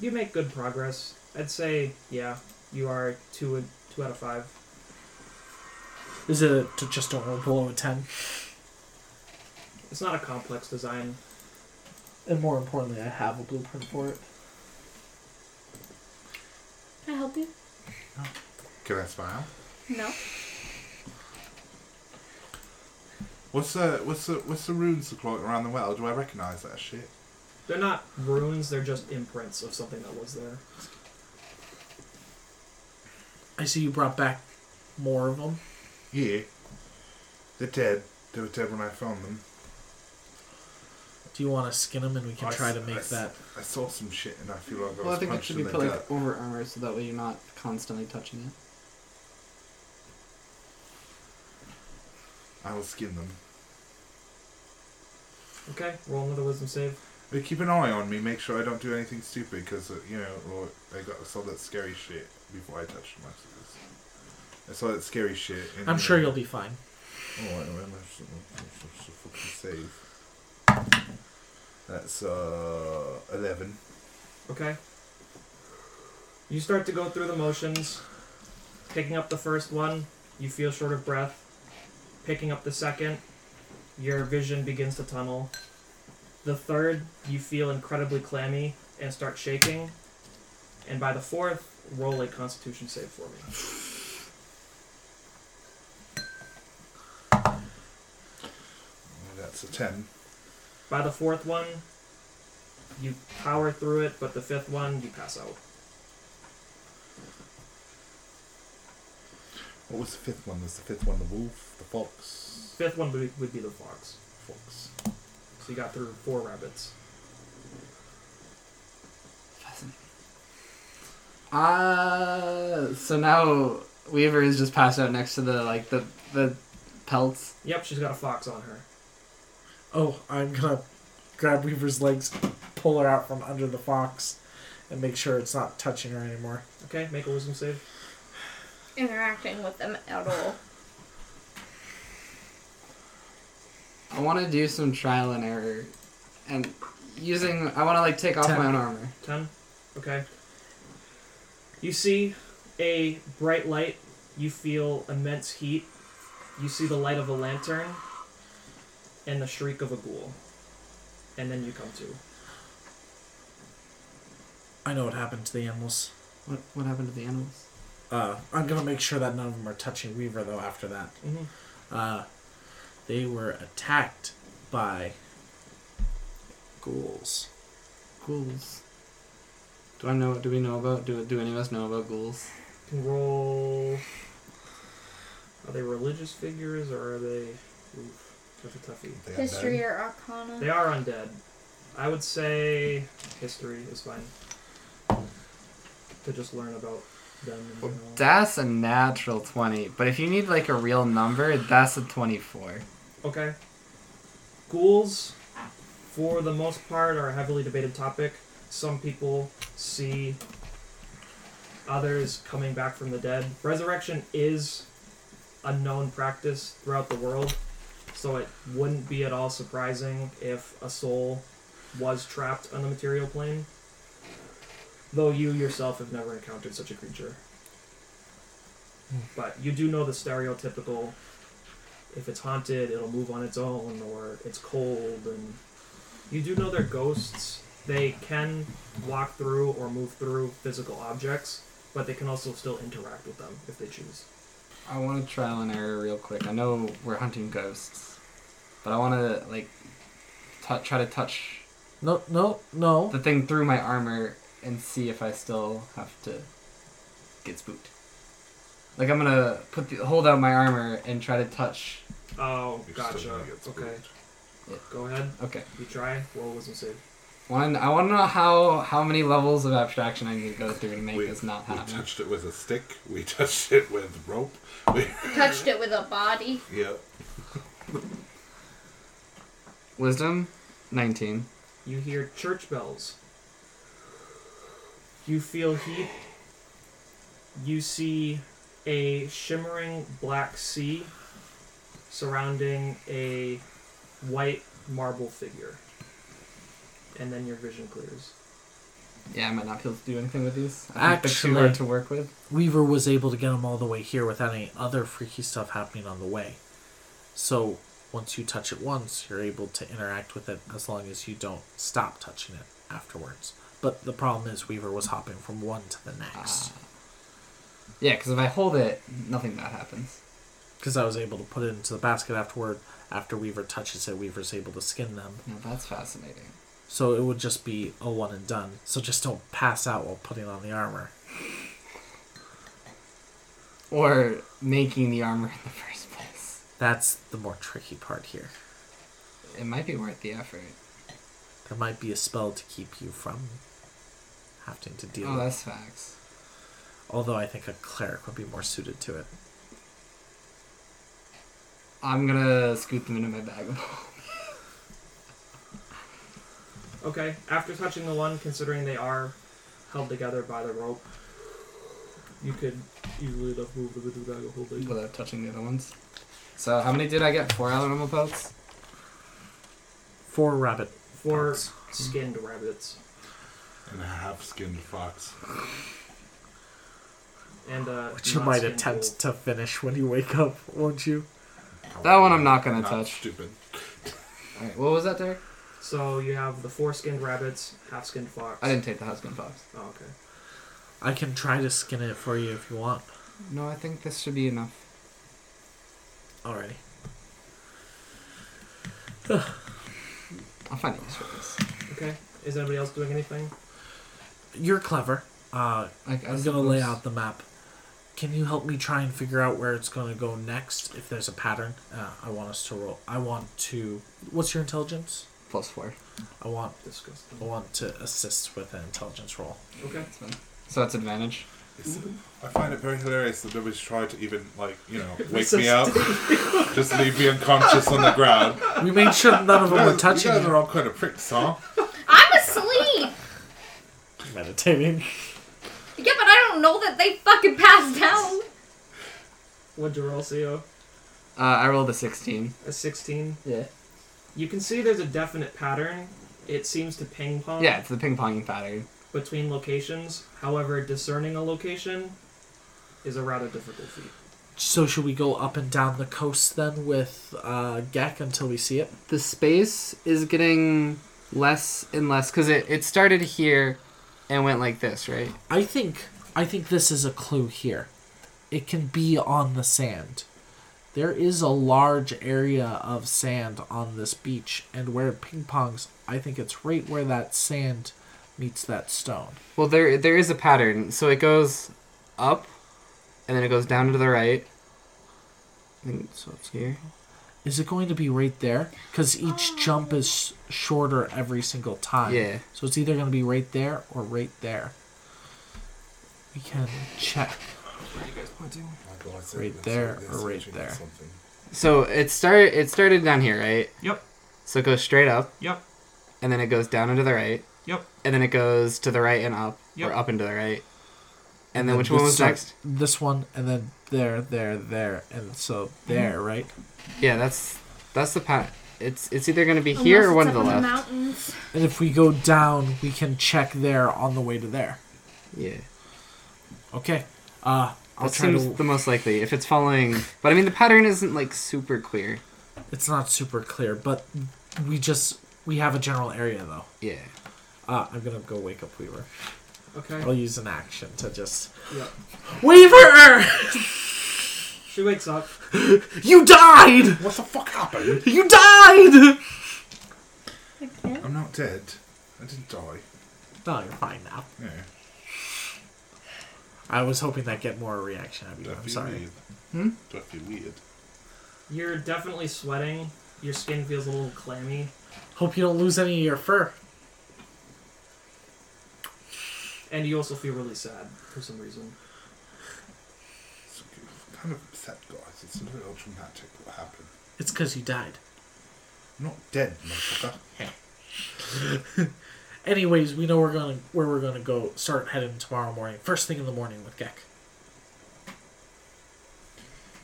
A: You make good progress. I'd say, yeah, you are two, two out of five.
C: Is it a, to just over below a ten?
A: It's not a complex design.
C: And more importantly, I have a blueprint for it.
D: Can I help you?
B: Can I smile?
D: No.
B: What's the what's the what's the runes look like around the well? Do I recognise that shit?
A: They're not runes, they're just imprints of something that was there.
C: I see you brought back more of them.
B: Yeah. They're dead. They were dead when I found them.
C: Do you want to skin them and we can
B: I
C: try
B: s-
C: to
B: I
C: make
B: s-
C: that?
B: I saw some shit and I feel like I was
E: Well, I think it
B: punched
E: should
B: in
E: be
B: the
E: put like
B: gut.
E: over armor so that way you're not constantly touching it.
B: I will skin them.
A: Okay, roll another wisdom save.
B: But keep an eye on me. Make sure I don't do anything stupid because you know like, I got saw that scary shit before I touched my scissors. I saw that scary shit. And, "Oh,
C: I'm
B: you
C: sure
B: know-
C: you'll be fine.
B: Alright, well, let's, let's, let's just fucking save. That's uh eleven.
A: Okay. You start to go through the motions. Picking up the first one, you feel short of breath. Picking up the second, your vision begins to tunnel. The third, you feel incredibly clammy and start shaking. And by the fourth, roll a constitution save for me.
B: Well, That's a ten.
A: By the fourth one, you power through it, but the fifth one, you pass out.
B: What was the fifth one? Was the fifth one the wolf, the fox?
A: Fifth one would would be the fox.
B: Fox.
A: So you got through four rabbits.
E: Fascinating. Uh, so now Weaver is just passed out next to the like the the pelts.
A: Yep, she's got a fox on her.
C: Oh, I'm gonna grab Weaver's legs, pull her out from under the fox, and make sure it's not touching her anymore.
A: Okay, make a wisdom save.
D: interacting with them at all.
E: I want to do some trial and error, and using I want to like take off
C: Ten.
E: my own armor.
A: Ten. Okay. You see a bright light. You feel immense heat. You see the light of a lantern and the shriek of a ghoul. And then you come to.
C: I know what happened to the animals.
E: What what happened to the animals?
C: Uh, I'm gonna make sure that none of them are touching Weaver though. After that,
A: Mhm.
C: uh, they were attacked by ghouls.
E: Ghouls. Do I know? Do we know about? Do do any of us know about ghouls?
A: can roll. Are they religious figures or are they? Oof, that's a toughie.
B: They are
D: History
B: dead.
D: or arcana.
A: They are undead. I would say history is fine. To just learn about them. In
E: Well,
A: general.
E: that's a natural 20. But if you need like a real number, that's a 24.
A: Okay. Ghouls, for the most part, are a heavily debated topic. Some people see others coming back from the dead. Resurrection is a known practice throughout the world, so it wouldn't be at all surprising if a soul was trapped on the material plane. Though you yourself have never encountered such a creature. But you do know the stereotypical if it's haunted, it'll move on its own, or it's cold, and you do know they're ghosts. They can walk through or move through physical objects, but they can also still interact with them if they choose.
E: I want to trial and error real quick. I know we're hunting ghosts, but I want to like tou- try to touch
C: No, no, no.
E: the thing through my armor and see if I still have to get spooked. Like I'm gonna put the, hold out my armor and try to touch.
A: Oh,
B: You're still
A: gotcha.
B: gonna get spooked.
A: Okay, go ahead.
E: Okay,
A: You try. Roll wisdom save.
E: one. I want to know how how many levels of abstraction I need to go through to make
B: We,
E: this not
B: we
E: happen.
B: touched it with a stick. We touched it with rope. We,
D: Touched it with a body.
B: yeah.
E: Wisdom, 19.
A: You hear church bells. You feel heat. You see a shimmering black sea surrounding a white marble figure. And then your vision clears.
E: Yeah, I might not be able to do anything with these. I think they're too
C: Actually-
E: hard to work with.
C: Weaver was able to get them all the way here without any other freaky stuff happening on the way. So once you touch it once, you're able to interact with it as long as you don't stop touching it afterwards. But the problem is Weaver was hopping from one to the next
E: Yeah, because if I hold it, nothing bad happens.
C: because I was able to put it into the basket afterward. After Weaver touches it, Weaver's able to skin them.
E: Now that's fascinating.
C: So it would just be a one and done. So just don't pass out while putting on the armor.
E: Or making the armor in the first place.
C: That's the more tricky part here.
E: It might be worth the effort.
C: There might be a spell to keep you from having to deal
E: Oh,
C: with
E: that's facts.
C: Although I think a cleric would be more suited to it.
E: I'm gonna scoot them into my bag. of holding.
A: Okay, after touching the one, considering they are held together by the rope, you could easily enough move them into the bag of holding.
E: Without touching the other ones. So, how many did I get? Four animal pelts?
C: Four rabbit.
A: Four
C: Fox.
A: skinned rabbits.
B: And a half skinned fox.
A: And uh
C: Which you might
A: non-skinned wolf.
C: attempt to finish when you wake up, won't you?
E: That one I'm not gonna
B: Not
E: touch.
B: Stupid.
E: Alright, what was that, Derek?
A: So you have the four skinned rabbits, half skinned fox.
E: I didn't take the husband fox.
A: Oh, okay.
C: I can try to skin it for you if you want.
E: No, I think this should be enough.
C: Alrighty.
E: I'll find a use for this.
A: Okay. Is anybody else doing anything?
C: You're clever. Uh,
E: Like, I
C: I'm gonna lay
E: suppose-
C: out the map. Can you help me try and figure out where it's gonna go next? If there's a pattern, uh, I want us to roll. I want to. What's your intelligence?
E: plus four.
C: I want. I
E: Disgusting.
C: want to assist with an intelligence roll.
A: Okay.
E: So that's advantage.
B: It's- I find it very hilarious that nobody's tried to even, like, you know, wake me up. Just leave me unconscious on the ground.
C: We made sure none of them
B: You
C: were
B: guys-
C: touching
B: you guys
C: you.
B: are all kind of pricks, huh?
D: I'm asleep.
C: Meditating.
D: Yeah, but I don't know that they fucking passed out.
A: What'd you roll, CO?
E: Uh, I rolled a 16.
A: A 16.
E: Yeah.
A: You can see there's a definite pattern. It seems to ping
C: Oh.
A: pong
E: Yeah, it's the ping ponging pattern.
A: between locations. However, discerning a location is a rather difficult feat.
C: So should we go up and down the coast then with uh, Gek until we see it?
E: The space is getting less and less because it, it started here and went like this, right?
C: I think. I think this is a clue here. It can be on the sand. There is a large area of sand on this beach, and where it ping pongs, I think it's right where that sand meets that stone.
E: Well, there there is a pattern. So it goes up, and then it goes down to the right. I think so. It's here.
C: Is it going to be right there? Because each jump is shorter every single time.
E: Yeah.
C: So it's either going to be right there or right there. We can check. Right there or right there.
E: So it started it started down here, right?
A: Yep.
E: So it goes straight up,
A: Yep.
E: and then it goes down and to the right,
A: Yep.
E: and then it goes to the right and up,
A: Yep.
E: or up and to the right. And then which
C: This
E: one was
C: start-
E: next?
C: This one, and then there, there, there, and
E: Mhm.
C: so there, right?
E: Yeah, that's that's the pattern. It's it's either gonna be here or one to the left.
D: mountains.
C: And if we go down, we can check there on the way to there.
E: Yeah.
C: Okay. Uh, I'll
E: That
C: try
E: seems
C: to.
E: the most likely if it's following. But I mean, the pattern isn't like super clear.
C: It's not super clear, but we just we have a general area though.
E: Yeah.
C: Uh, I'm gonna go wake up Weaver.
A: Okay.
C: I'll use an action to just
A: Yep.
C: Weaver.
A: She wakes up.
C: You died.
B: What the fuck happened?
C: You died.
B: I'm not dead. I didn't die.
C: No, you're fine now.
B: Yeah.
C: I was hoping that get more reaction out of you.
B: That'd
C: I'm
B: be
C: sorry. Hmm?
B: weird. That'd be weird.
A: You're definitely sweating. Your skin feels a little clammy.
C: Hope you don't lose any of your fur.
A: And you also feel really sad for some reason.
B: It's kind of upset, guys. It's a little traumatic what happened.
C: It's because you died.
B: I'm not dead, motherfucker.
C: Anyways, we know we're gonna where we're gonna go. Start heading tomorrow morning, first thing in the morning with Gek.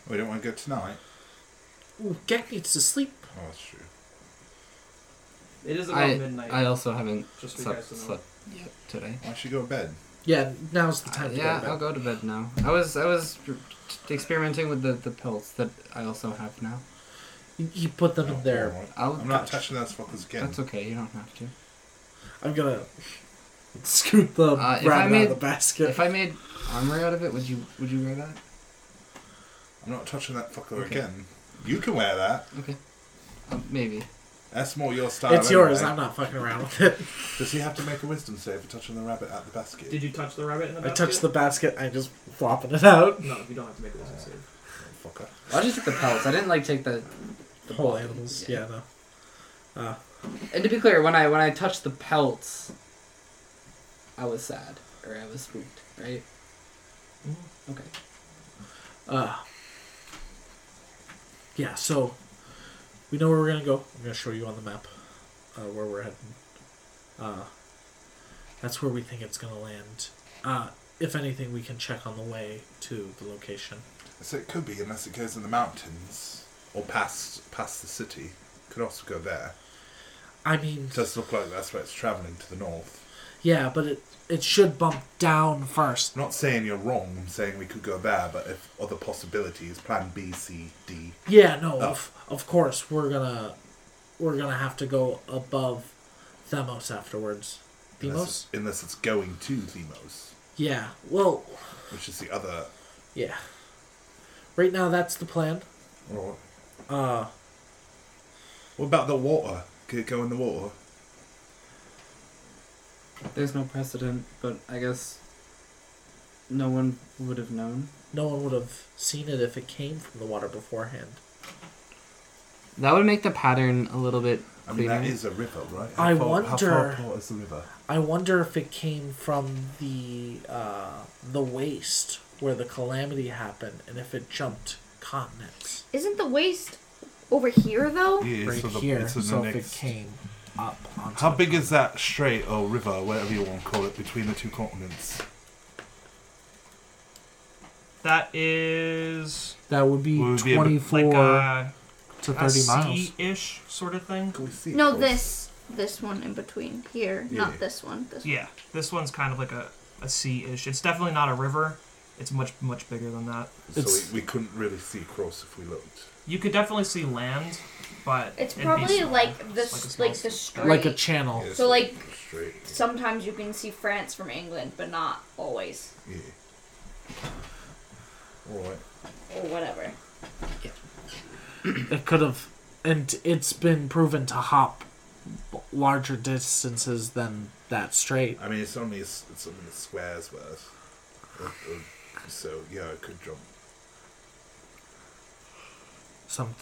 B: We don't want to go tonight.
C: Ooh, Gek needs to sleep.
B: Oh, that's true.
A: It is about
E: I
A: midnight.
E: I also haven't
A: Just for you
E: slept,
A: guys to know.
E: slept yet today.
B: Why should you go to bed?
C: Yeah, now's the time. to
E: Uh, yeah,
C: go
E: I'll
C: to bed.
E: go to bed now. I was I was experimenting with the, the pills that I also have now.
C: You- You put them in there.
B: Alright.
E: I'll
B: I'm not
E: touch-
B: touching those fuckers again.
E: That's okay. You don't have to.
C: I'm gonna scoot the
E: Uh, if I
C: rabbit out
E: made-
C: of the basket.
E: If I made armor out of it, would you would you wear that?
B: I'm not touching that fucker
E: Okay.
B: again. You can wear that.
E: Okay. Um, maybe.
B: That's more your style.
E: Oh,
C: it's yours.
B: anyway.
C: I'm not fucking around with it.
B: Does he have to make a wisdom save for touching the rabbit out the basket?
A: Did you touch the rabbit in the
C: I
A: basket?
C: touch the basket. I'm just flopping it out.
A: No, you don't have to make a wisdom save.
B: Fucker.
E: Well, I just took the pellets. I didn't like take the.
C: Whole animals. Yeah, no.
E: And to be clear, when I when I touched the pelts, I was sad or I was spooked, right? Okay.
C: Uh, yeah, so we know where we're gonna go. I'm gonna show you on the map uh, where we're heading. Uh, that's where we think it's gonna land. Uh, if anything, we can check on the way to the location.
B: So it could be, unless it goes in the mountains or past past the city. Could also go there.
C: I mean,
B: It does look like that's where it's travelling to the north.
C: yeah, but it it should bump down first.
B: I'm not saying you're wrong. I'm saying we could go there, but if other possibilities, plan B, C, D.
C: Yeah, no, of of course we're gonna we're gonna have to go above Themos afterwards. Themos?
B: Unless, unless it's going to Themos,
C: Yeah. Well,
B: which is the other.
C: yeah. Right now, that's the plan.
B: Or
C: Uh,
B: what about the water? Could it go in the water?
E: There's no precedent, but I guess no one would have known.
C: No one would have seen it if it came from the water beforehand.
E: That would make the pattern a little bit
B: I mean, that
E: cleaner.
B: is a river, right? How far, How
C: I
B: far
C: wonder-
B: apart is the river?
C: I wonder if it came from the uh, the waste where the calamity happened, and if it jumped continents
D: Isn't the waste over here though?
B: Yeah,
C: right
B: so the,
C: here.
B: it's in the
C: So if it
B: next.
C: came up onto
B: How
C: the
B: big is that strait or river, whatever you want to call it, between the two continents?
A: That is
C: That would be
B: Would be a bit
C: twenty-four
A: like a,
C: to
A: a
C: thirty miles.
A: sea-ish sort of thing.
B: Can we see it,
D: No,
B: Paul?
D: this this one in between here,
B: Yeah.
D: not this one. This
A: Yeah, this one's kind of like a, a sea-ish. It's definitely not a river. It's much much bigger than that.
C: It's-
B: So we, we couldn't really see across if we looked.
A: You could definitely see land, but
D: It's
A: it'd be
D: probably
A: small.
D: like
A: It's a
D: this,
A: small
D: like, the
A: sea.
D: street.
C: Like a channel.
B: Yeah,
D: So, like-
B: straight.
D: Sometimes you can see France from England, but not always,
B: Yeah. All right.
D: or whatever.
C: It could have, and it's been proven to hop larger distances than that straight.
B: I mean, it's only s- it's only a square's worth. Of- of- So yeah, it could jump.
C: Some.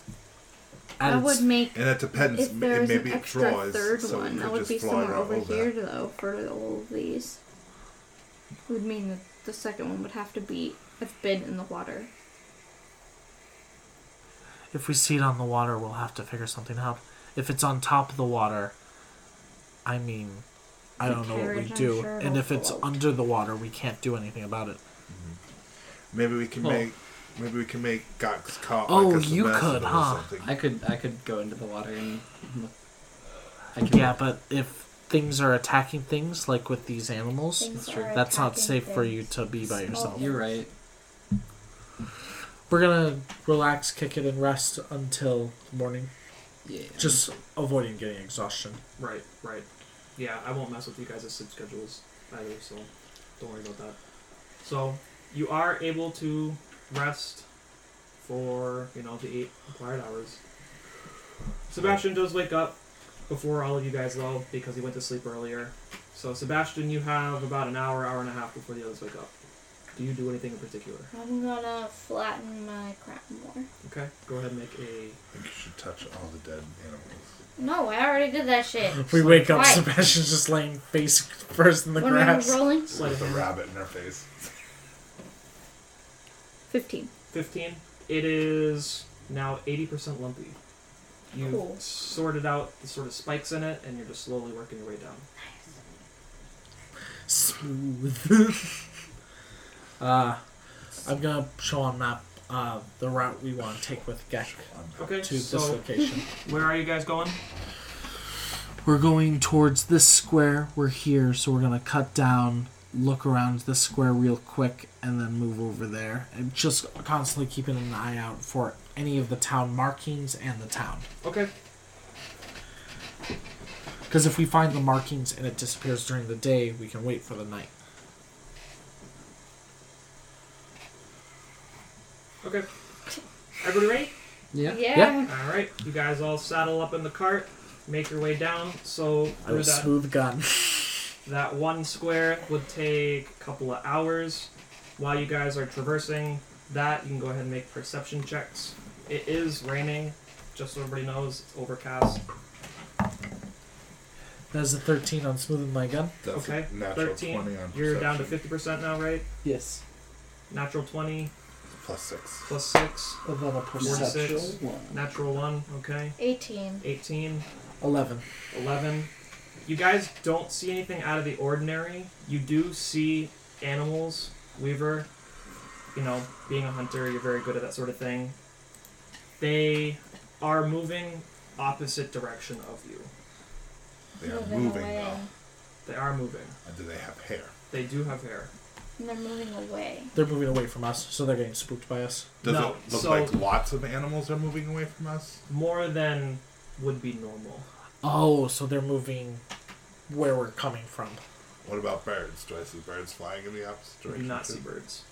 D: That
C: and
D: would
C: it's-
D: make
B: And that depends.
D: if
B: m-
D: there was
B: maybe
D: an
B: it
D: extra
B: dries,
D: third
B: so it
D: one,
B: could
D: that would
B: just
D: be
B: fly
D: somewhere
B: right
D: over here
B: there.
D: though for all of these. Would mean that the second one would have to be have been in the water.
C: If we see it on the water, we'll have to figure something out. If it's on top of the water, I mean, I
D: The
C: don't know what we
D: carriage, I'm
C: do.
D: sure
C: and
D: it'll
C: if it's
D: float.
C: under the water, we can't do anything about it.
B: Maybe we can
E: Well-
B: make. Maybe we can make Gax cart.
C: Oh,
B: like a
C: you
B: submersible
C: could,
B: or
C: huh?
B: something.
E: I could I could go into the water and look. I can
C: Yeah, but if things are attacking things, like with these animals,
D: Things
E: true.
D: are
C: that's not
D: attacking
C: safe for you
D: things.
C: to be by
D: Small
C: yourself.
E: You're right.
C: We're gonna relax, kick it, and rest until morning.
E: Yeah.
C: Just avoiding getting exhaustion.
A: Right, right. Yeah, I won't mess with you guys' sleep schedules either, so don't worry about that. So you are able to rest for, you know, the eight required hours. Sebastian does wake up before all of you guys though, because he went to sleep earlier. So Sebastian, you have about an hour, hour and a half before the others wake up. Do you do anything in particular?
D: I'm gonna flatten my crap more.
A: Okay, go ahead and make a.
B: think you should touch all the dead animals.
D: No, I already did that shit.
C: We wake up,
D: Why?
C: Sebastian's just laying face first in the
D: when
C: grass.
D: I'm rolling,
A: Sleight of
B: With a
A: hand.
B: rabbit in their face.
D: fifteen.
A: Fifteen. It is now eighty percent lumpy. You
D: Cool.
A: have sorted out the sort of spikes in it, and you're just slowly working your way down.
C: smooth. uh, I'm gonna show on map uh, the route we want to take with Gek
A: Okay,
C: to this
A: so
C: location.
A: where are you guys going?
C: We're going towards this square. We're here, so we're gonna cut down, look around this square real quick, and then move over there. And just constantly keeping an eye out for any of the town markings and the town.
A: Okay,
C: Because if we find the markings and it disappears during the day, we can wait for the night.
A: okay. Everybody ready?
E: Yeah.
C: Yeah.
A: All right, you guys all saddle up in the cart, make your way down. So
C: I
A: through
C: will
A: that,
C: smooth gun.
A: that one square would take a couple of hours. While you guys are traversing that, you can go ahead and make perception checks. It is raining, just so everybody knows. It's overcast.
C: That's a 13 on smoothing my gun.
B: That's
A: Okay,
B: a natural
A: 13.
B: 20 on
A: You're down to
B: perception.
A: 50% now, right?
C: Yes.
A: Natural 20
B: Plus six.
A: plus 6,
C: And then a perception.
A: 46. Natural 1, okay.
D: Eighteen.
A: 18,
C: 11.
A: 11. You guys don't see anything out of the ordinary. You do see animals, Weaver, you know, being a hunter, you're very good at that sort of thing. They are moving opposite direction of you.
B: They are
D: Moving
B: moving
D: away.
B: now.
A: They are moving.
B: And do they have hair?
A: They do have hair.
D: And they're moving away.
C: They're moving away from us, so they're getting spooked by us.
B: Does
A: No,
B: it look
A: so-
B: like lots of animals are moving away from us?
A: More than would be normal.
C: Oh, so they're moving where we're coming from.
B: What about birds? Do I see birds flying in the opposite
A: You do
B: direction?
A: not
B: too?
A: see birds.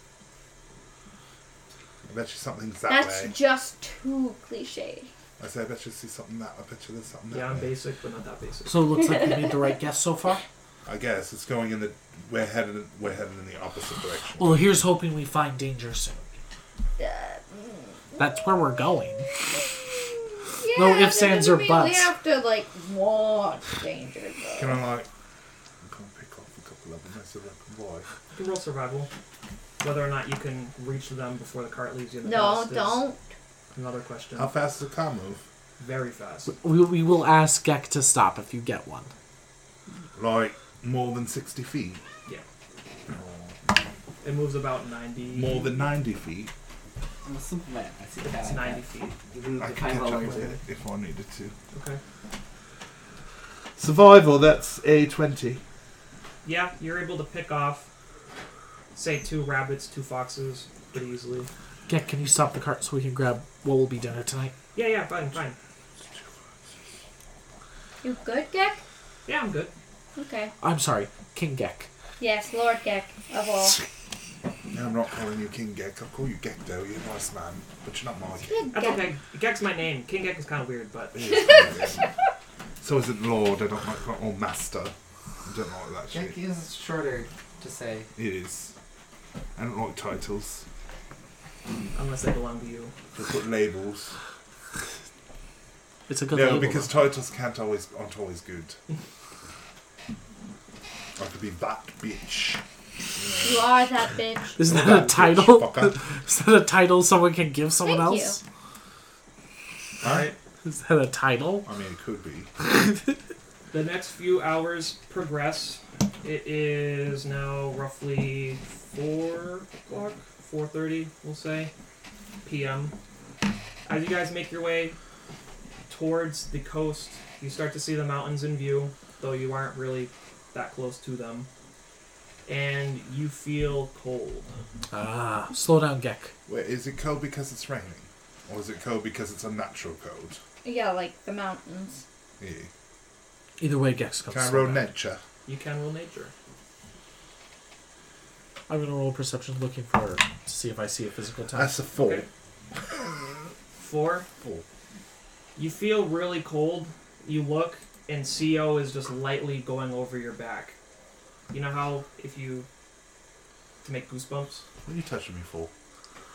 B: I bet you something's that
D: That's
B: way.
D: just too cliche.
B: I say, I bet you see something that, I bet you there's something that.
A: Yeah, I'm
B: way."
A: basic, but not that basic.
C: So it looks like we made the right guess so far.
B: I guess it's going in the, we're headed, we're headed in the opposite direction.
C: Well, here's hoping we find danger soon. That's where we're going. No
D: Yeah,
C: ifs, ands,
D: doesn't
C: or
D: mean We
C: buts.
D: have to like watch danger though.
B: Can I like, I can't pick off a couple of them, that's a boy.
A: You can roll survival. Whether or not you can reach them before the cart leaves you. In the
D: No,
A: past is
D: don't.
A: Another question.
B: How fast does the car move?
A: Very fast.
C: We, we will ask Gek to stop if you get one.
B: Like, more than 60 feet?
A: Yeah.
B: Or
A: It moves about 90.
B: more than 90 feet?
E: I'm a simple man. I see
A: It's 90 feet.
E: Even
B: I
E: the
B: could catch
E: kind
B: up
E: of
B: with it if I needed to.
A: Okay.
B: Survival, that's A20.
A: Yeah, you're able to pick off, say, two rabbits, two foxes pretty easily.
C: Gek, can you stop the cart so we can grab what will be dinner tonight?
A: Yeah, yeah, fine, fine.
D: You good, Gek?
A: Yeah, I'm good.
D: Okay.
C: I'm sorry, King Gek.
D: Yes, Lord Gek of all.
B: No, I'm not calling you King Gek. I'll call you Gek, though. You're a nice man, but you're not my Gek.
D: Good
A: That's
D: Gek.
A: okay. Gek's my name. King Gek is kind of weird, but.
B: so is it Lord? I don't like that. Or Master. I don't like that
E: Jack
B: shit.
E: is shorter to say.
B: It is. I don't like titles.
A: Unless they belong to you.
B: They put labels.
C: It's a good
B: no,
C: label,
B: because
C: though.
B: titles can't always aren't always good. I could be that bitch.
D: You are that bitch.
C: Isn't
B: Or
C: that a
B: bitch,
C: title?
B: fucker.
C: Is that a title someone can give someone
D: Thank you.
C: else?
B: Right?
C: Is that a title?
B: I mean, it could be.
A: The next few hours progress. It is now roughly four o'clock, four thirty, we'll say, p.m. As you guys make your way towards the coast, you start to see the mountains in view, though you aren't really that close to them, and you feel cold.
C: Ah, slow down, Gek.
B: Wait, is it cold because it's raining, or is it cold because it's unnatural cold?
D: Yeah, like the mountains.
B: Yeah.
C: Either way, Gek's gonna
B: Can I
C: slow
B: roll
C: down.
B: nature?
A: You can roll nature.
C: I'm gonna roll perception, looking for to see if I see a physical touch.
B: That's a four.
A: Okay. Four.
B: Four.
A: You feel really cold. You look, and CO is just lightly going over your back. You know how if you to make goosebumps.
B: What are you touching me for?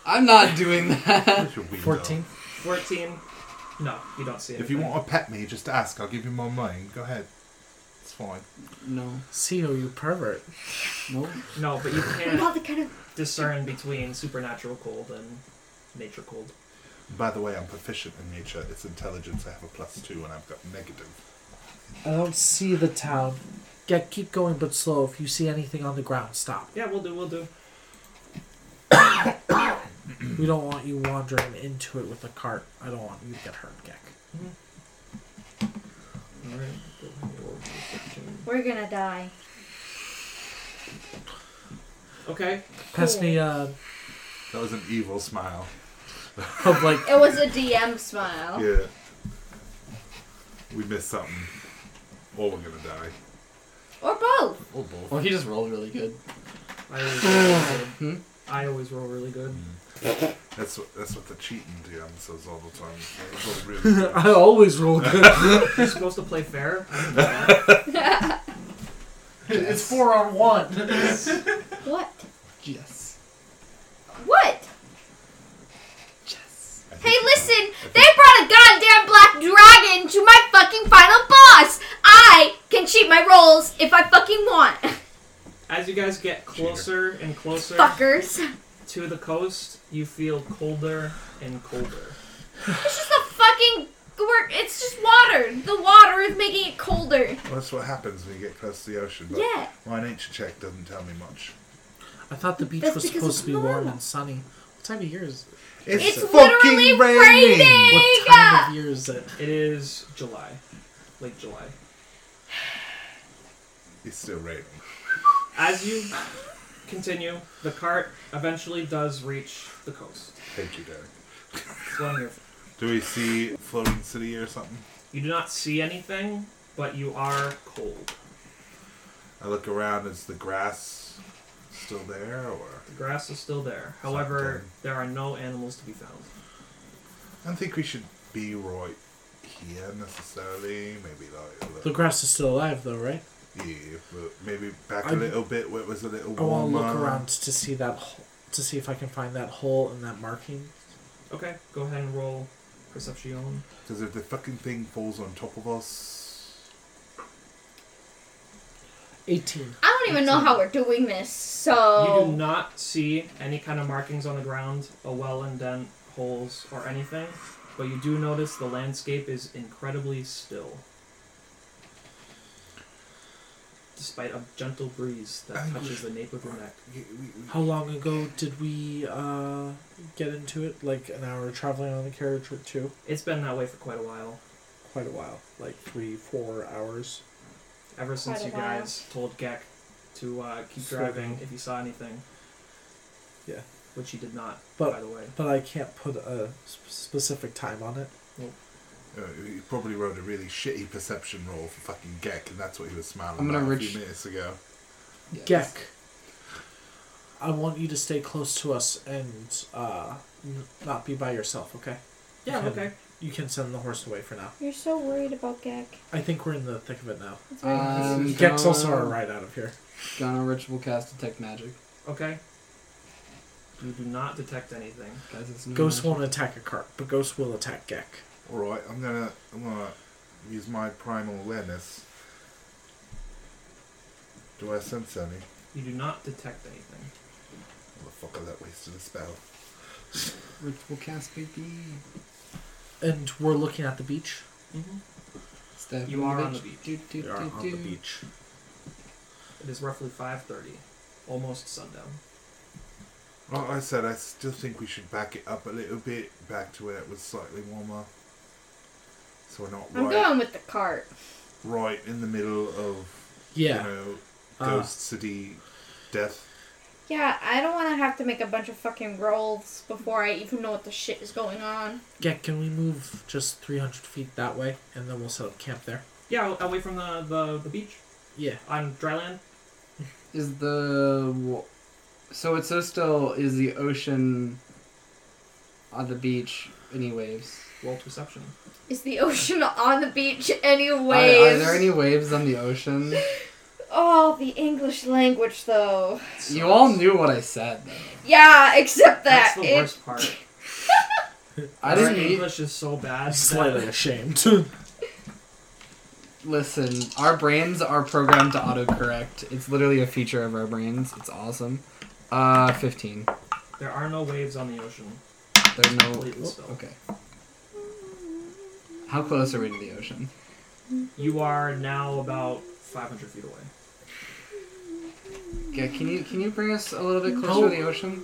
E: I'm not doing that.
B: Where's your weirdo?
C: Uh, Fourteen.
A: Fourteen. No, you don't see it.
B: If you want to pet me, just ask. I'll give you my mind. Go ahead. It's fine.
E: No,
C: CO, you pervert.
E: no.
A: No, but you
D: I'm
A: can't
D: not the kind of.
A: discern between supernatural cold and nature cold.
B: By the way, I'm proficient in nature. It's intelligence. I have a plus two, and I've got negative.
C: I don't see the town. Gek, keep going, but slow. If you see anything on the ground, stop.
A: Yeah, we'll do. We'll do.
C: We don't want you wandering into it with a cart. I don't want you to get hurt, Gek.
A: All right. Go ahead, roll perception.
D: We're gonna die.
A: Okay.
C: Pass me uh, a
B: That was an evil smile.
C: of like
D: It was a DM smile.
B: Yeah. We missed something. Or we're gonna die.
D: Or both.
B: Or both.
E: Well, he just rolled really good.
A: I always roll really
B: Hmm?
A: good. I always roll really good.
B: That's what that's what the cheating DM says all the time. It's all really good.
C: I always roll good.
A: You're supposed to play fair.
C: it's four on one.
D: What?
E: Yes.
D: What?
E: Yes.
B: I think
D: Hey,
B: it's-
D: listen! They brought a goddamn black dragon to my fucking final boss! I can cheat my rolls if I fucking want!
A: As you guys get closer and closer.
D: Fuckers.
A: to the coast, you feel colder and colder.
D: It's just a fucking. We're, it's just water. The water is making it colder.
B: Well, that's what happens when you get close to the ocean. But
D: Yeah.
B: My nature check doesn't tell me much.
C: I thought the beach
D: That's
C: was
D: because
C: supposed
D: it's
C: to be warm
D: normal.
C: and sunny. What time of year is it?
D: It's literally raining!
C: What time of year is it?
A: It is July, late July.
B: It's still raining.
A: As you continue, the cart eventually does reach the coast.
B: Thank you, Derek.
A: It's what I'm here for.
B: Do we see floating city or something?
A: You do not see anything, but you are cold.
B: I look around. Is the grass still there, or
A: The grass is still there. However,
B: Fuck, dude.
A: there are no animals to be found.
B: I don't think we should be right here necessarily. Maybe like a
C: The
B: little,
C: grass is still alive, though, right?
B: yeah, but maybe back a
C: I-
B: little bit where it was a little
C: I
B: warmer.
C: want to Oh, look around to see that hole, to see if I can find that hole and that marking.
A: Okay, go ahead and roll perception.
B: Because if the fucking thing falls on top of us,
C: 18.
D: I don't even know how we're doing this,
A: You
D: so
A: do not see any kind of markings on the ground, a well indent, holes, or anything, but you do notice the landscape is incredibly still. Despite a gentle breeze that touches the nape of your neck.
B: yeah, we, we,
C: How long ago did we uh, get into it? Like an hour traveling on the carriage or two?
A: It's been that way for quite a while.
C: Quite a while. Like three, four hours.
A: Ever since
D: Quite
A: you
D: a while.
A: guys told Gek to uh, keep
C: Slow
A: driving
C: down.
A: if he saw anything.
C: Yeah.
A: Which he did not,
C: But-
A: by the way.
C: But I can't put a sp- specific time on it.
B: uh, he probably rolled a really shitty perception roll for fucking Gek, and that's what he was smiling
E: I'm gonna
B: at a
E: reach-
B: few minutes ago.
E: Yes.
C: Gek, I want you to stay close to us and uh, n- not be by yourself, okay?
A: Yeah,
C: You can-
A: okay.
C: You can send the horse away for now.
D: you're so worried about Gek.
C: I think we're in the thick of it now.
D: It's very
E: Um,
D: confusing.
C: Gek's also our
E: gonna-
C: ride out of here.
E: Gonna ritual cast detect magic.
A: Okay. You do not detect anything.
E: Guys, it's no
C: Ghost
E: magic.
C: won't attack a cart, but Ghost will attack Gek.
B: All right, I'm gonna I'm gonna use my primal awareness. Do I sense any?
A: You do not detect anything.
B: Motherfucker, that wasted a spell.
E: Ritual cast, baby.
C: And we're looking at the beach.
A: Mm-hmm.
E: Step
A: You are on the beach.
E: Do, do,
C: We are
E: do,
C: on the
E: do.
C: beach.
A: It is roughly 5:30, almost sundown.
B: Like I said, I still think we should back it up a little bit, back to where it was slightly warmer. So we're not
D: I'm
B: right,
D: going with the cart.
B: right in the middle of
C: Yeah.
B: you know
E: Ah.
C: Uh,
B: ghost city death.
D: Yeah, I don't want to have to make a bunch of fucking rolls before I even know what the shit is going on.
C: Gek, can we move just 300 feet that way and then we'll set up camp there?
A: Yeah, a- away from the, the, the beach
C: Yeah.
A: on dry land.
E: Is the wa- so it's so still? Is the ocean on the beach? Any waves?
A: World perception.
D: Is the ocean on the beach anyway?
E: Are, are there any waves on the ocean?
D: Oh, the English language though.
E: you all knew what I said. Though.
D: Yeah, except
A: That's
D: that
A: the
D: it-
A: worst part.
E: I
A: Our
E: didn't need-
A: English is so bad.
C: I'm
A: that-
C: slightly ashamed.
E: listen. Our brains are programmed to autocorrect. It's literally a feature of our brains. It's awesome. Uh, fifteen.
A: There are no waves on the ocean.
E: There's no.
A: Completely still.
E: Okay. How close are we to the ocean?
A: You are now about 500 feet away.
E: Yeah, can you can you bring us a little bit
C: How-
E: closer to the ocean?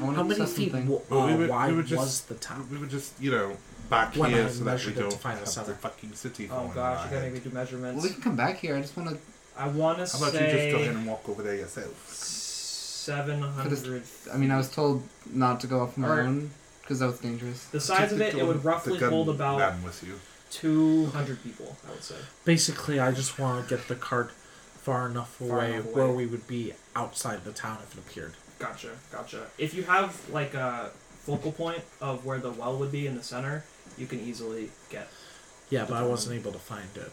E: I want
C: How many feet
E: something.
C: w-
B: Well, we
C: uh,
B: would-
C: wide
B: we would just-
C: was the top?
B: We were just you know back
C: When I
B: here so that we
C: measured it to
B: don't
C: find
B: have
C: the
B: the
C: summer.
B: fucking city.
A: Oh
B: falling on
A: gosh,
B: our
A: you're gonna make
B: head.
A: me do
E: Well,
A: measurements.
E: we can come back here. I just want to.
A: I want to
B: How about you just go ahead
A: say
B: and walk over there yourself?
A: 700.
E: I mean, I was told not to go off my
A: Alright.
E: own because that was dangerous.
A: The size of
B: The
A: it, it
B: gun-
A: would roughly
B: the gun
A: hold about
B: man with you.
A: 200 people, I would say.
C: Basically, I just want to get the cart far enough
A: Far
C: away
A: enough
C: where
A: away.
C: we would be outside the town if it appeared.
A: Gotcha, gotcha. If you have like a focal point of where the well would be in the center, you can easily get
C: Yeah, but I wasn't able to find it.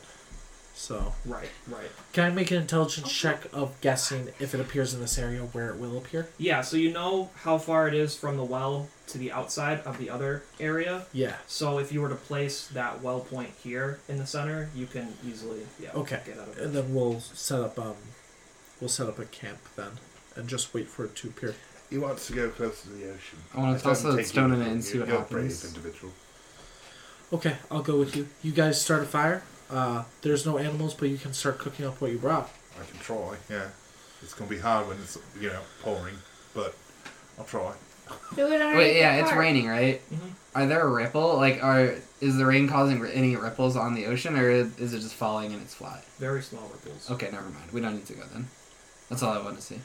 C: So,
A: right, right.
C: can I make an intelligence check of guessing if it appears in this area where it will appear?
A: Yeah, so you know how far it is from the well to the outside of the other area.
C: Yeah.
A: So if you were to place that well point here in the center, you can easily yeah
C: Okay.
A: get out of
C: And
A: it.
C: then we'll set up um, we'll set up a camp then, and just wait for it to appear.
B: He wants to go close to the ocean.
E: I wanna
B: It
E: toss
B: doesn't
E: a
B: take
E: stone
B: you
E: in it
B: long.
E: and see
B: You're-
E: what
B: you're a
E: happens.
B: brave individual.
C: Okay, I'll go with you. You guys start a fire. Uh, there's no animals, but you can start cooking up what you brought.
B: I can try. Yeah, it's gonna be hard when it's you know pouring, but I'll try.
D: Do it underneath
E: Wait, yeah,
D: the
E: it's
D: cart.
E: raining, right?
A: Mhm.
E: Are there a ripple? Like, are is the rain causing ri- any ripples on the ocean, or is it just falling and it's flat?
A: Very small ripples.
E: Okay, never mind. We don't need to go then. That's all I want to see.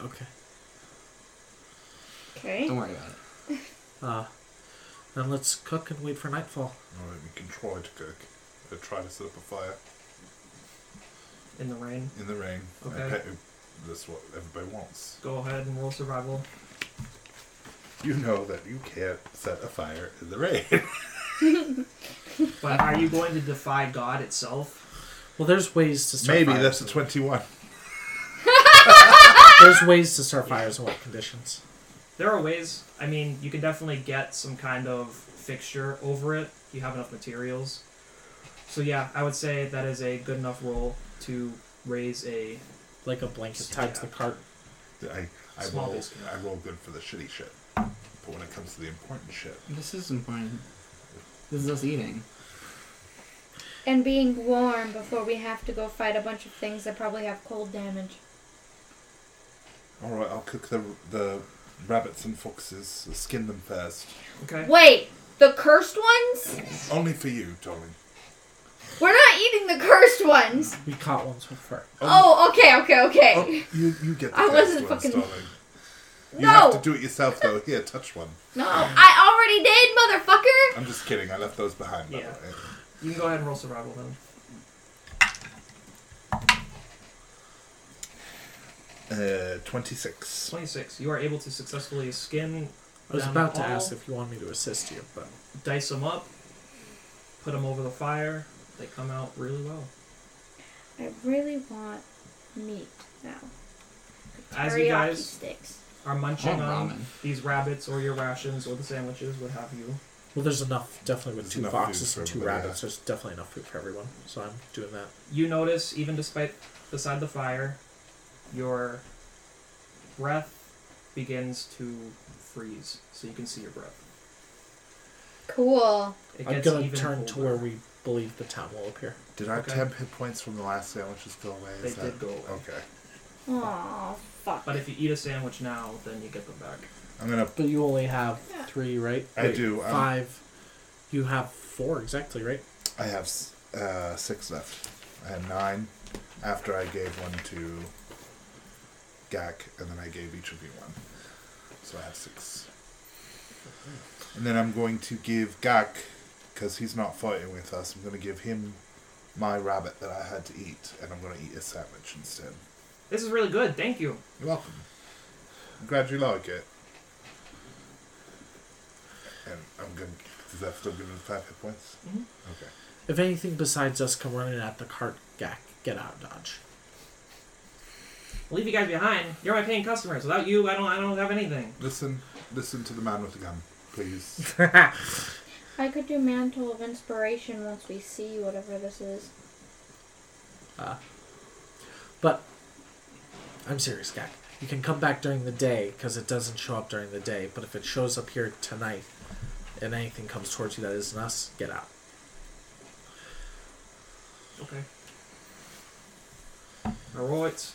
C: Okay.
D: Okay.
E: Don't worry about it.
C: Uh, then let's cook and wait for nightfall.
B: All right, we can try to cook. i try to set up a fire
A: In the rain.
B: in the rain.
A: Okay.
B: And pe- That's what everybody wants.
A: Go ahead and roll survival.
B: You know that you can't set a fire in the rain.
A: But are you going to defy God itself?
C: Well, there's ways to start.
B: Maybe
C: fires.
B: that's a 21.
C: There's ways to start fires in wet conditions.
A: There are ways. I mean, you can definitely get some kind of fixture over it. if You have enough materials. So yeah, I would say that is a good enough roll to raise a.
C: Like a blanket tied to the cart.
B: I, I,
A: Small
B: roll,
A: biscuit.
B: I roll good for the shitty shit. But when it comes to the important shit,
E: This is important. This is us eating.
D: And being warm before we have to go fight a bunch of things that probably have cold damage.
B: alright, I'll cook the, the rabbits and foxes, skin them first.
A: Okay.
D: Wait, the cursed ones?
B: Only for you, darling.
D: We're not eating the cursed ones.
C: We caught ones with fur.
D: Oh, okay, okay, okay.
B: Um, Oh, you, you get the
D: I
B: first
D: wasn't
B: ones,
D: fucking-
B: darling. You
D: no,
B: have to do it yourself, though. Here, touch one.
D: no, I already did, motherfucker.
B: I'm just kidding. I left those behind. by the
A: Yeah.
B: way.
A: You can go ahead and roll survival then.
B: Uh, 26.
A: Twenty-six. You are able to successfully skin.
C: I was
A: them
C: about to
A: all,
C: ask if you want me to assist you, but
A: dice them up, put them over the fire. They come out really well.
D: I really want meat now.
A: As you
D: Teriyaki
A: guys
D: sticks.
A: are munching
E: Oh,
A: on
E: ramen.
A: these rabbits or your rations or the sandwiches, what have you.
C: well, there's enough definitely with
B: There's
C: two
B: enough
C: foxes
B: food
C: and
B: for
C: two
B: everybody,
C: rabbits. There's definitely enough food for everyone, so I'm doing that.
A: You notice, even despite beside the fire, your breath begins to freeze, so you can see your breath.
D: Cool.
A: It
C: I'm
A: gets
C: gonna
A: even
C: turn to
A: colder.
C: where we believe the town will appear.
B: Did our
A: Okay.
B: temp hit points from the last sandwiches go away?
A: They
B: Is
A: did
B: that-
A: go away.
B: Okay.
D: Aw, fuck.
A: But if you eat a sandwich now, then you get them back.
B: I'm gonna.
C: But you only have
D: Yeah.
C: three, right?
B: I do, um,
C: Five. You have four exactly, right?
B: I have s- uh, six left. I had nine after I gave one to Gak, and then I gave each of you one. So I have six. And then I'm going to give Gak, because he's not fighting with us, I'm going to give him my rabbit that I had to eat, and I'm going to eat a sandwich instead.
A: This is really good, thank you.
B: You're welcome. I'm glad you like it. And I'm going to. Does that still give me five hit points?
A: Mhm.
E: Mm-hmm.
B: Okay.
C: If anything besides us come running at the cart, Gak, get out of Dodge.
A: I'll leave you guys behind. You're my paying customers. Without you, I don't, I don't have anything.
B: Listen, listen to the man with the gun, please.
D: I could do mantle of inspiration once we see whatever this is.
C: But I'm serious, Gak. You can come back during the day because it doesn't show up during the day. But if it shows up here tonight, and anything comes towards you that isn't us, get out.
A: Okay. Alright.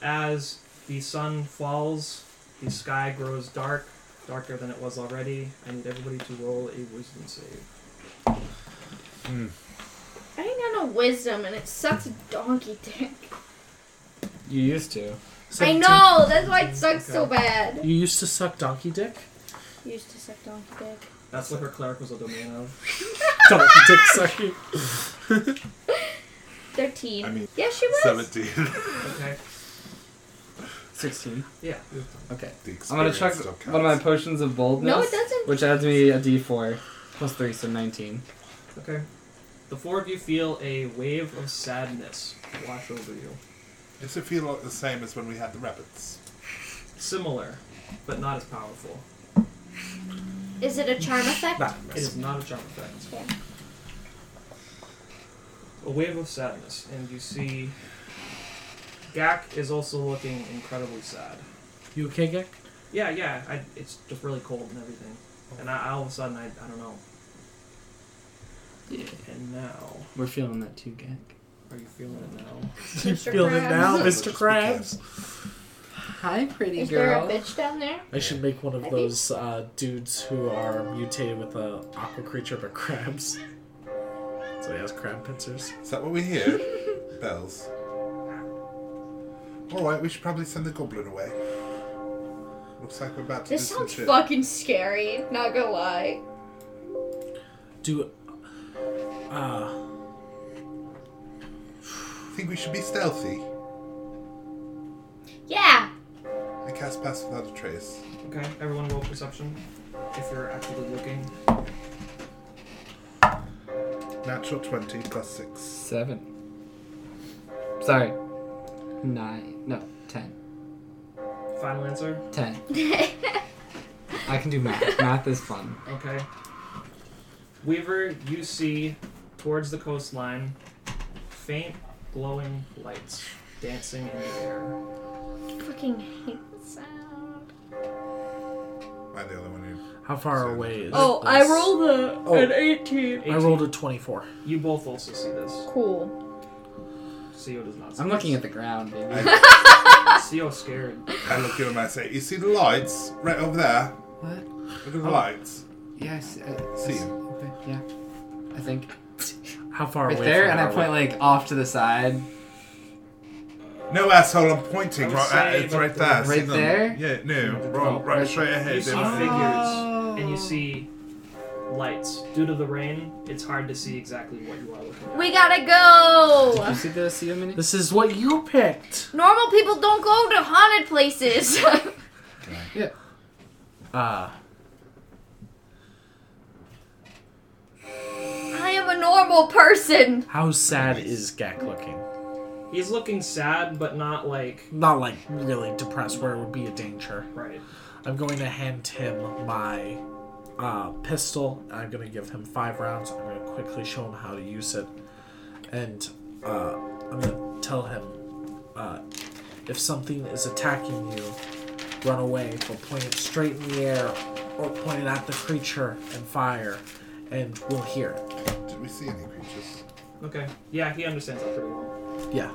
A: As the sun falls, the sky grows dark, darker than it was already. I need everybody to roll a wisdom save.
D: I ain't got no wisdom, and it sucks donkey dick.
E: You used to.
D: I
C: 17.
D: know. That's why it sucks so
A: Okay.
D: bad.
C: You used to suck donkey dick.
D: Used to suck donkey dick.
A: That's what her cleric was a domain of.
C: donkey dick sucking.
D: Thirteen.
B: I mean,
D: yeah, she was.
B: Seventeen.
A: Okay.
E: 16.
A: Yeah.
E: Okay.
B: The
E: I'm gonna check
B: experience still
E: one of my
B: counts.
E: potions of boldness.
D: No, it doesn't.
E: Which adds me a d4 plus 3, so 19.
A: Okay. The four of you feel a wave of sadness wash over you.
B: Does it feel like the same as when we had the rabbits?
A: Similar, but not as powerful.
D: Is it a charm effect?
C: Nah,
A: It is not a charm effect.
D: Okay.
A: A wave of sadness, and you see Gak is also looking incredibly sad.
C: You okay, Gak?
A: Yeah, yeah. I, it's just really cold and everything. And I, all of a sudden, I, I don't know.
E: Yeah.
A: And now,
E: We're feeling that too, Gak.
A: are you feeling it now?
D: Mr.
C: Feeling it
D: Krabs.
C: now,
B: Let's
C: Mr.
B: just be
C: Krabs.
E: Hi, pretty
D: Is there a bitch down there?
C: I should make one of
D: I think-
C: those uh, dudes who are mutated with a aqua creature but crabs. So he has crab pincers.
B: Is that what we hear? Bells. All right, we should probably send the goblin away. Looks like we're about to
D: This
B: do some
D: sounds
B: shit.
D: fucking scary. Not gonna lie.
C: Do uh
B: think we should be stealthy.
D: Yeah.
B: I cast pass without a trace.
A: Okay, everyone roll perception if you're actively looking.
B: Natural 20 plus 6.
E: Seven. Sorry. Nine. No, ten.
A: Final answer.
E: Ten. I can do math. math is fun.
A: Okay. Weaver, you see towards the coastline faint glowing lights dancing in the air.
D: Fucking hate the sound.
B: Am I the only one who.
C: How far
B: So-
C: away is
D: Oh,
C: this?
D: I rolled a,
C: Oh.
D: an 18.
C: I rolled a 24.
A: You both also see this.
D: Cool.
A: CO does not see
E: I'm looking at the ground, baby.
B: I,
A: CO scared.
B: I look at him and I say, You see the lights right over there?
E: What?
B: Look at the lights.
E: Yes. I,
B: See
E: yes.
B: you.
E: Okay, yeah. I think.
C: How far
E: Right
C: away?
E: there,
C: from
E: and I
C: our
E: point like off to the side.
B: No asshole, I'm
A: I
B: pointing
A: would
B: right at
A: say
B: it. It's
A: about
B: right
A: the-
B: there. see
E: Right
B: them?
E: there?
B: Yeah, no,
A: Oh,
B: right, right,
E: right
B: straight
E: there.
B: ahead.
A: You see
B: there.
A: figures and you see lights. Due to the rain, it's hard to see exactly what you are looking at.
D: We gotta go!
E: You see the see a minute?
C: This is what you picked.
D: Normal people don't go to haunted places.
E: Yeah.
C: Uh,
D: I am a normal person.
C: how sad is Gak looking?
A: He's looking sad, but not like
C: Not like really depressed where it would be a danger.
A: right.
C: I'm going to hand him my uh, pistol. I'm going to give him five rounds. I'm going to quickly show him how to use it. And uh, I'm going to tell him uh, if something is attacking you, run away, but point it straight in the air or point it at the creature and fire, and we'll hear it.
B: Did we see any creatures?
A: Okay. Yeah, he understands that pretty well.
C: Yeah.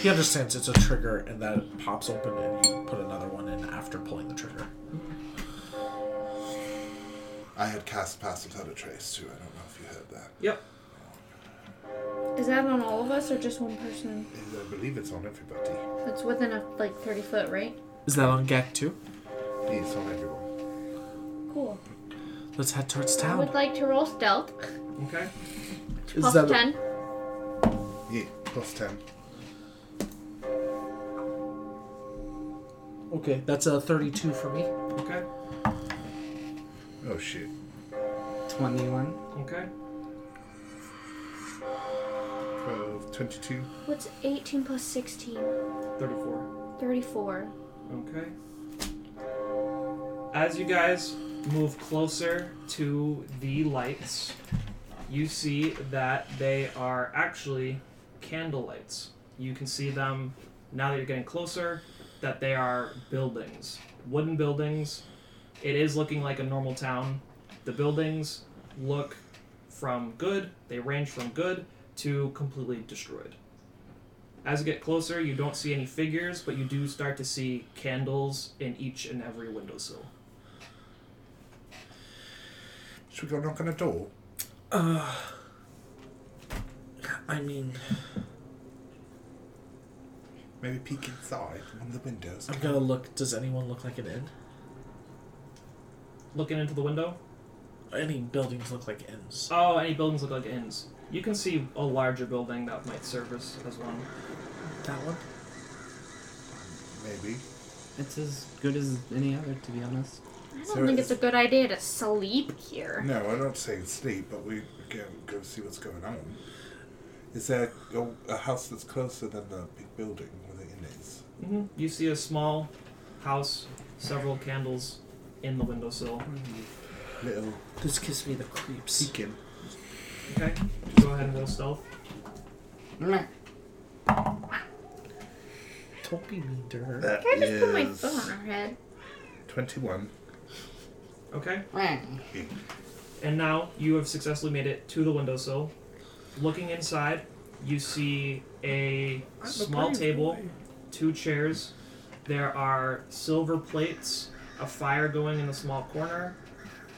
C: He understands it's a trigger and that it pops open and you put another one in after pulling the trigger.
B: I had cast Pass Without a Trace too. I don't know if you heard that.
A: Yep.
D: Is that on all of us or just one person?
B: I believe it's on everybody.
D: It's within a like 30 foot, right?
C: Is that on Gak too?
B: It's on everyone.
D: Cool.
C: Let's head towards
D: I would
C: town.
D: like to roll stealth.
A: Okay.
C: Is
D: Plus
C: that
D: 10.
B: Yeah, plus 10.
C: Okay, that's a 32 for me.
A: Okay.
B: Oh shit.
E: Twenty-one.
A: Okay.
B: 12, 22.
D: What's 18 plus 16?
A: Thirty-four.
D: 34.
A: Okay. As you guys move closer to the lights, you see that they are actually candle lights. You can see them now that you're getting closer that they are buildings, wooden buildings. It is looking like a normal town. The buildings look from good, they range from good to completely destroyed. As you get closer, you don't see any figures, but you do start to see candles in each and every windowsill.
B: Should we go knock on a door?
C: Uh, I mean,
B: Maybe peek inside one of the windows.
C: I'm gonna look. Does anyone look like an inn?
A: Looking into the window,
C: Any buildings look like inns?
A: oh, any buildings look like inns. You can see a larger building that might service as one.
C: That one?
B: Maybe.
E: It's as good as any other, to be honest.
D: I don't
B: So
D: think
B: it's-
D: it's a good idea to sleep here.
B: No, I'm not saying sleep, but we go go see what's going on. Is there a, a house that's closer than the big building where the inn is?
A: hmm You see a small house, several candles in the windowsill.
B: Little
C: This gives me the creeps.
B: peeking.
A: Okay, go ahead and roll stealth.
C: Don't be mean to her.
B: That
D: Can I just put my
B: is
D: phone on her head?
B: 21.
A: Okay, and now you have successfully made it to the windowsill. Looking inside, you see a small table two chairs. There are silver plates, a fire going in the small corner,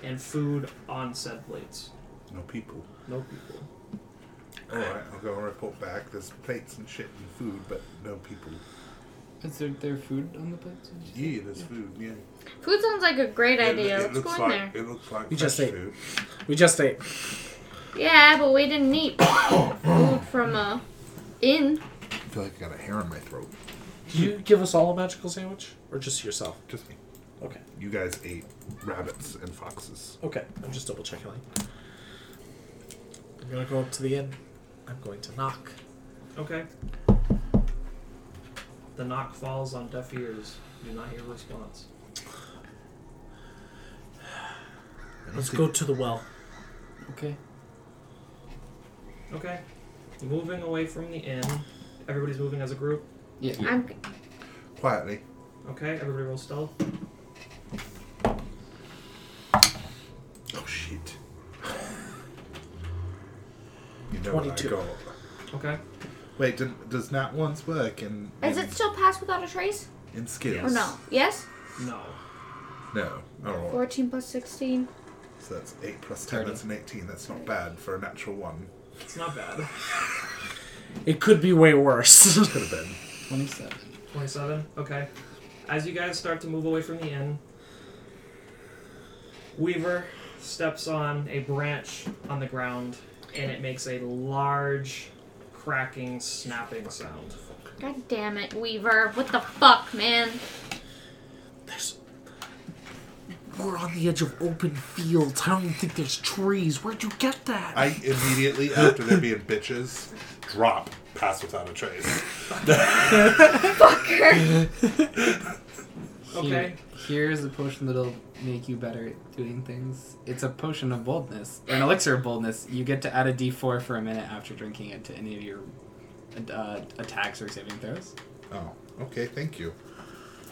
A: and food on said plates.
B: No people.
A: No people.
B: Alright, I'll go and report back. There's plates and shit and food, but no people.
E: Is there there food on the plates?
B: Yeah, there's food, yeah.
D: Food sounds like a great
B: It-
D: idea.
B: It,
D: Let's
B: looks
D: go in
B: like,
D: there.
B: It looks like
C: We just
B: fresh
C: ate.
B: food.
C: We just ate.
D: Yeah, but we didn't eat food from a inn.
B: I feel like I got a hair in my throat.
C: Did you give us all a magical sandwich, or just yourself?
B: Just me.
C: Okay.
B: You guys ate rabbits and foxes.
C: Okay. I'm just double checking. I'm gonna go up to the inn. I'm going to knock.
A: Okay. The knock falls on deaf ears. Do not hear a response.
C: Let's go to the well.
E: Okay.
A: Okay. Moving away from the inn. Everybody's moving as a group.
E: Yeah.
D: I'm
B: Quietly.
A: Okay, everybody roll stealth.
B: Oh shit. You know what I
C: 22.
B: got.
A: Okay.
B: Wait, do, does that ones work in
D: Is
B: in,
D: it still pass without a trace?
B: in skills?
D: Or no? Yes?
A: No.
B: No. All right.
D: 14 plus 16.
B: So that's eight plus ten. That's an eighteen. That's not bad for a natural one.
A: It's not bad.
C: It could be way worse.
B: Could have been.
E: 27.
A: 27. Okay. As you guys start to move away from the inn, Weaver steps on a branch on the ground and it makes a large cracking, snapping sound.
D: God damn it, Weaver. What the fuck, man?
C: There's. We're on the edge of open fields. I don't even think there's trees. Where'd you get that?
B: I immediately after there being bitches, drop pass without a trace.
A: Okay.
E: Here is a potion that'll make you better at doing things. It's a potion of boldness, or an elixir of boldness. You get to add a d4 for a minute after drinking it to any of your uh, attacks or saving throws.
B: Oh, okay. Thank you.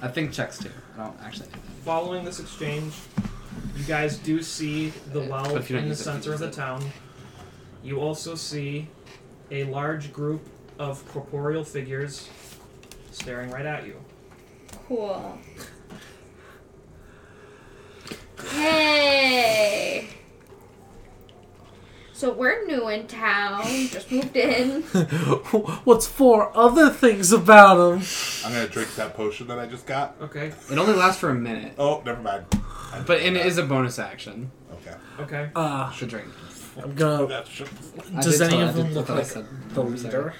E: I think checks too. I don't actually know.
A: Following this exchange, you guys do see the
E: Uh,
A: well
E: if you don't
A: in the
E: use it, you
A: center of
E: use
A: the
E: it.
A: town. You also see a large group of corporeal figures staring right at you.
D: Cool. Hey! So we're new in town. Just moved in.
C: What's four other things about him?
B: I'm gonna drink that potion that I just got.
A: Okay.
E: It only lasts for a minute,
B: Oh, never mind. I
E: but
B: did
E: and it
B: that.
E: is a bonus action
B: okay.
A: Okay.
C: Uh,
E: to drink.
C: I'm
E: Oh.
C: gonna.
B: That should-
E: I
C: Does
E: did
C: any
E: tell- I
C: of
E: did-
C: them
E: I
C: look
E: thought I
C: like
E: said
C: the
E: I'm sorry.
C: leader?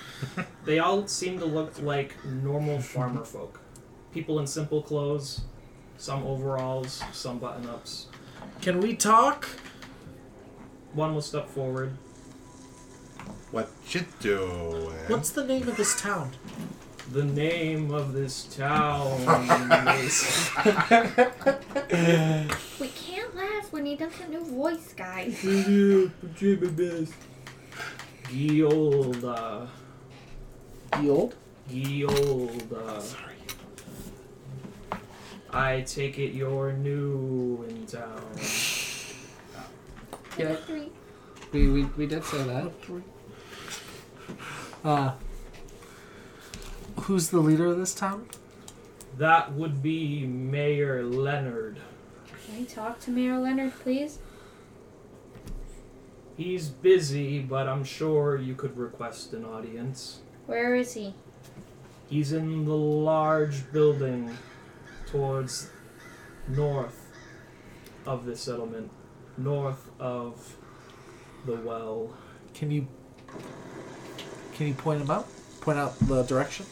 A: They all seem to look like normal farmer folk. People in simple clothes, some overalls, some button ups.
C: Can we talk?
A: One will step forward.
B: What you doing?
C: What's the name of this town?
A: The name of this town is.
D: we can't laugh when he does a new voice, guys.
A: Giolda.
C: The old?
A: Giolda. Sorry. I take it you're new in town.
E: Yeah,
D: Three.
E: we, we, we did say that.
C: Uh, who's the leader of this town?
A: That would be Mayor Leonard.
D: Can we talk to Mayor Leonard, please?
A: He's busy, but I'm sure you could request an audience.
D: Where is he?
A: He's in the large building towards north of the settlement, north of the well.
C: Can you can you point him out? Point out the direction?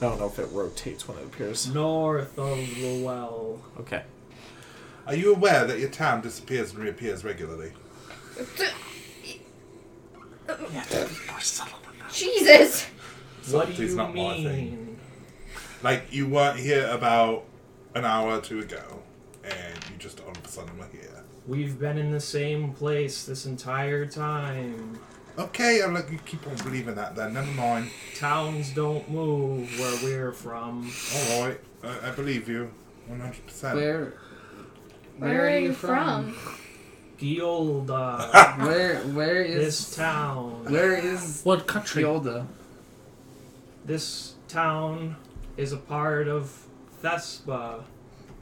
C: I don't know if it rotates when it appears.
A: North of the well.
E: Mm.
C: Okay.
B: Are you aware that your town disappears and reappears regularly?
D: Jesus!
A: What do
B: It's
A: you
B: not my thing.
A: mean?
B: Like you weren't here about an hour or two ago, and you just all of a sudden were here.
A: We've been in the same place this entire time.
B: Okay, I'm like you keep on believing that. Then never mind.
A: Towns don't move where we're from.
B: All right, I, I believe you, 100. percent
E: Where,
D: Where, are, you from?
A: Gilda,
E: Where where
A: this
E: is
A: town.
E: where is
C: What country?
E: Yolda?
A: This town is a part of Thespa,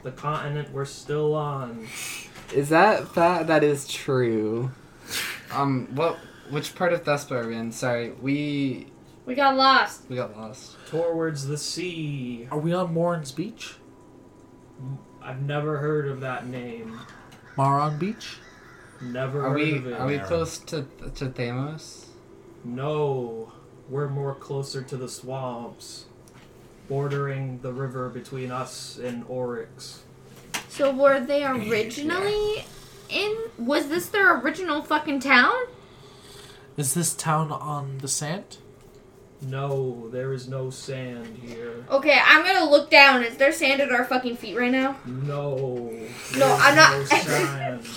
A: the continent we're still on.
E: Is that that that is true? Um, what which part of Thespa are we in? Sorry, we
D: We got lost.
E: we got lost.
A: Towards the sea.
C: Are we on Moran's Beach?
A: I've never heard of that name.
C: Maron Beach?
A: Never
E: Are
A: heard
E: we
A: of it.
E: are we
B: Aaron.
E: close to to Thamos?
A: No, we're more closer to the swamps, bordering the river between us and Oryx.
D: So were they originally in? Was this their original fucking town?
C: Is this town on the sand?
A: No, there is no sand here.
D: Okay, I'm gonna look down. Is there sand at our fucking feet right now?
A: No.
D: No, I'm
A: there's
D: not-
A: No sand.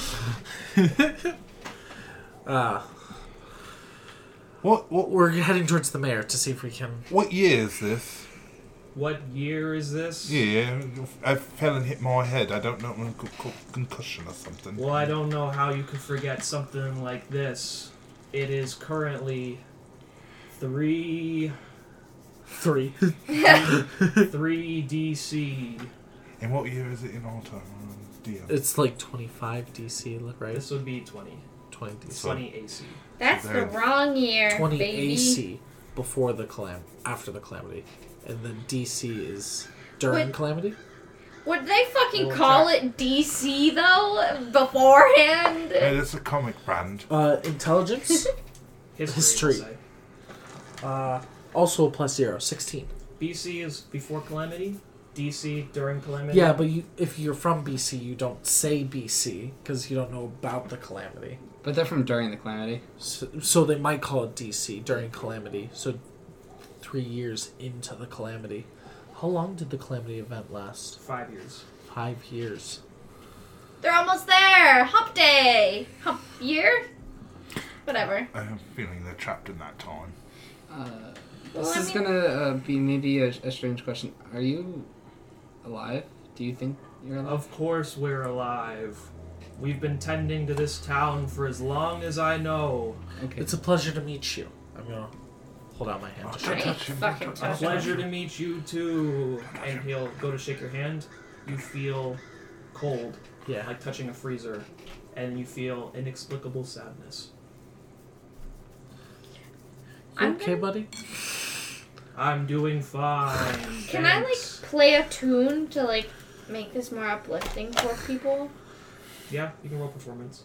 C: Uh,
B: What what
C: we're heading towards the mayor to see if we can.
B: what year is this?
A: what year is this?
B: Yeah, I fell and hit my head. I don't know, con- con- concussion or something.
A: Well, I don't know how you could forget something like this. It is currently three
C: Three.
A: three DC.
B: And what year is it in our time? Oh, dear.
C: it's like 25 DC, right?
A: This would be twenty.
C: 20 DC.
A: Twenty AC.
D: That's the wrong year,
C: 20
D: baby.
C: AC before the calam after the calamity, and then DC is during
D: Wait.
C: calamity.
D: Would they fucking
A: Well,
D: call it DC though beforehand?
B: Hey, that's a comic brand.
C: Uh, intelligence
A: History.
C: History. uh, also a plus zero, 16.
A: we'll say. BC is before calamity. DC during calamity.
C: Yeah, but you if you're from BC, you don't say BC because you don't know about the calamity.
E: But they're from during the calamity.
C: So, so they might call it DC during calamity. So three years into the calamity. How long did the calamity event last?
A: Five years.
C: Five years.
D: They're almost there. Hump day. Hump year. Whatever.
B: I have a feeling they're trapped in that time.
E: Uh,
D: Well,
E: this
D: I
E: is
D: mean-
E: gonna uh, be maybe a, a strange question. Are you alive? Do you think you're alive?
A: Of course we're alive. We've been tending to this town for as long as I know.
E: Okay.
C: Oh, It's a pleasure to meet you. I'm gonna hold out my hand. to shake.
D: Great
B: touch him,
D: fucking
B: touch
A: A
B: him.
D: touch.
A: pleasure to meet you too. And he'll go to shake your hand. You feel cold,
C: Yeah.
A: like touching a freezer, and you feel inexplicable sadness.
C: You
D: I'm
C: okay,
D: gonna-
C: buddy?
A: I'm doing fine.
D: Can I like
A: thanks.
D: play a tune to like make this more uplifting for people?
A: Yeah, you can roll performance.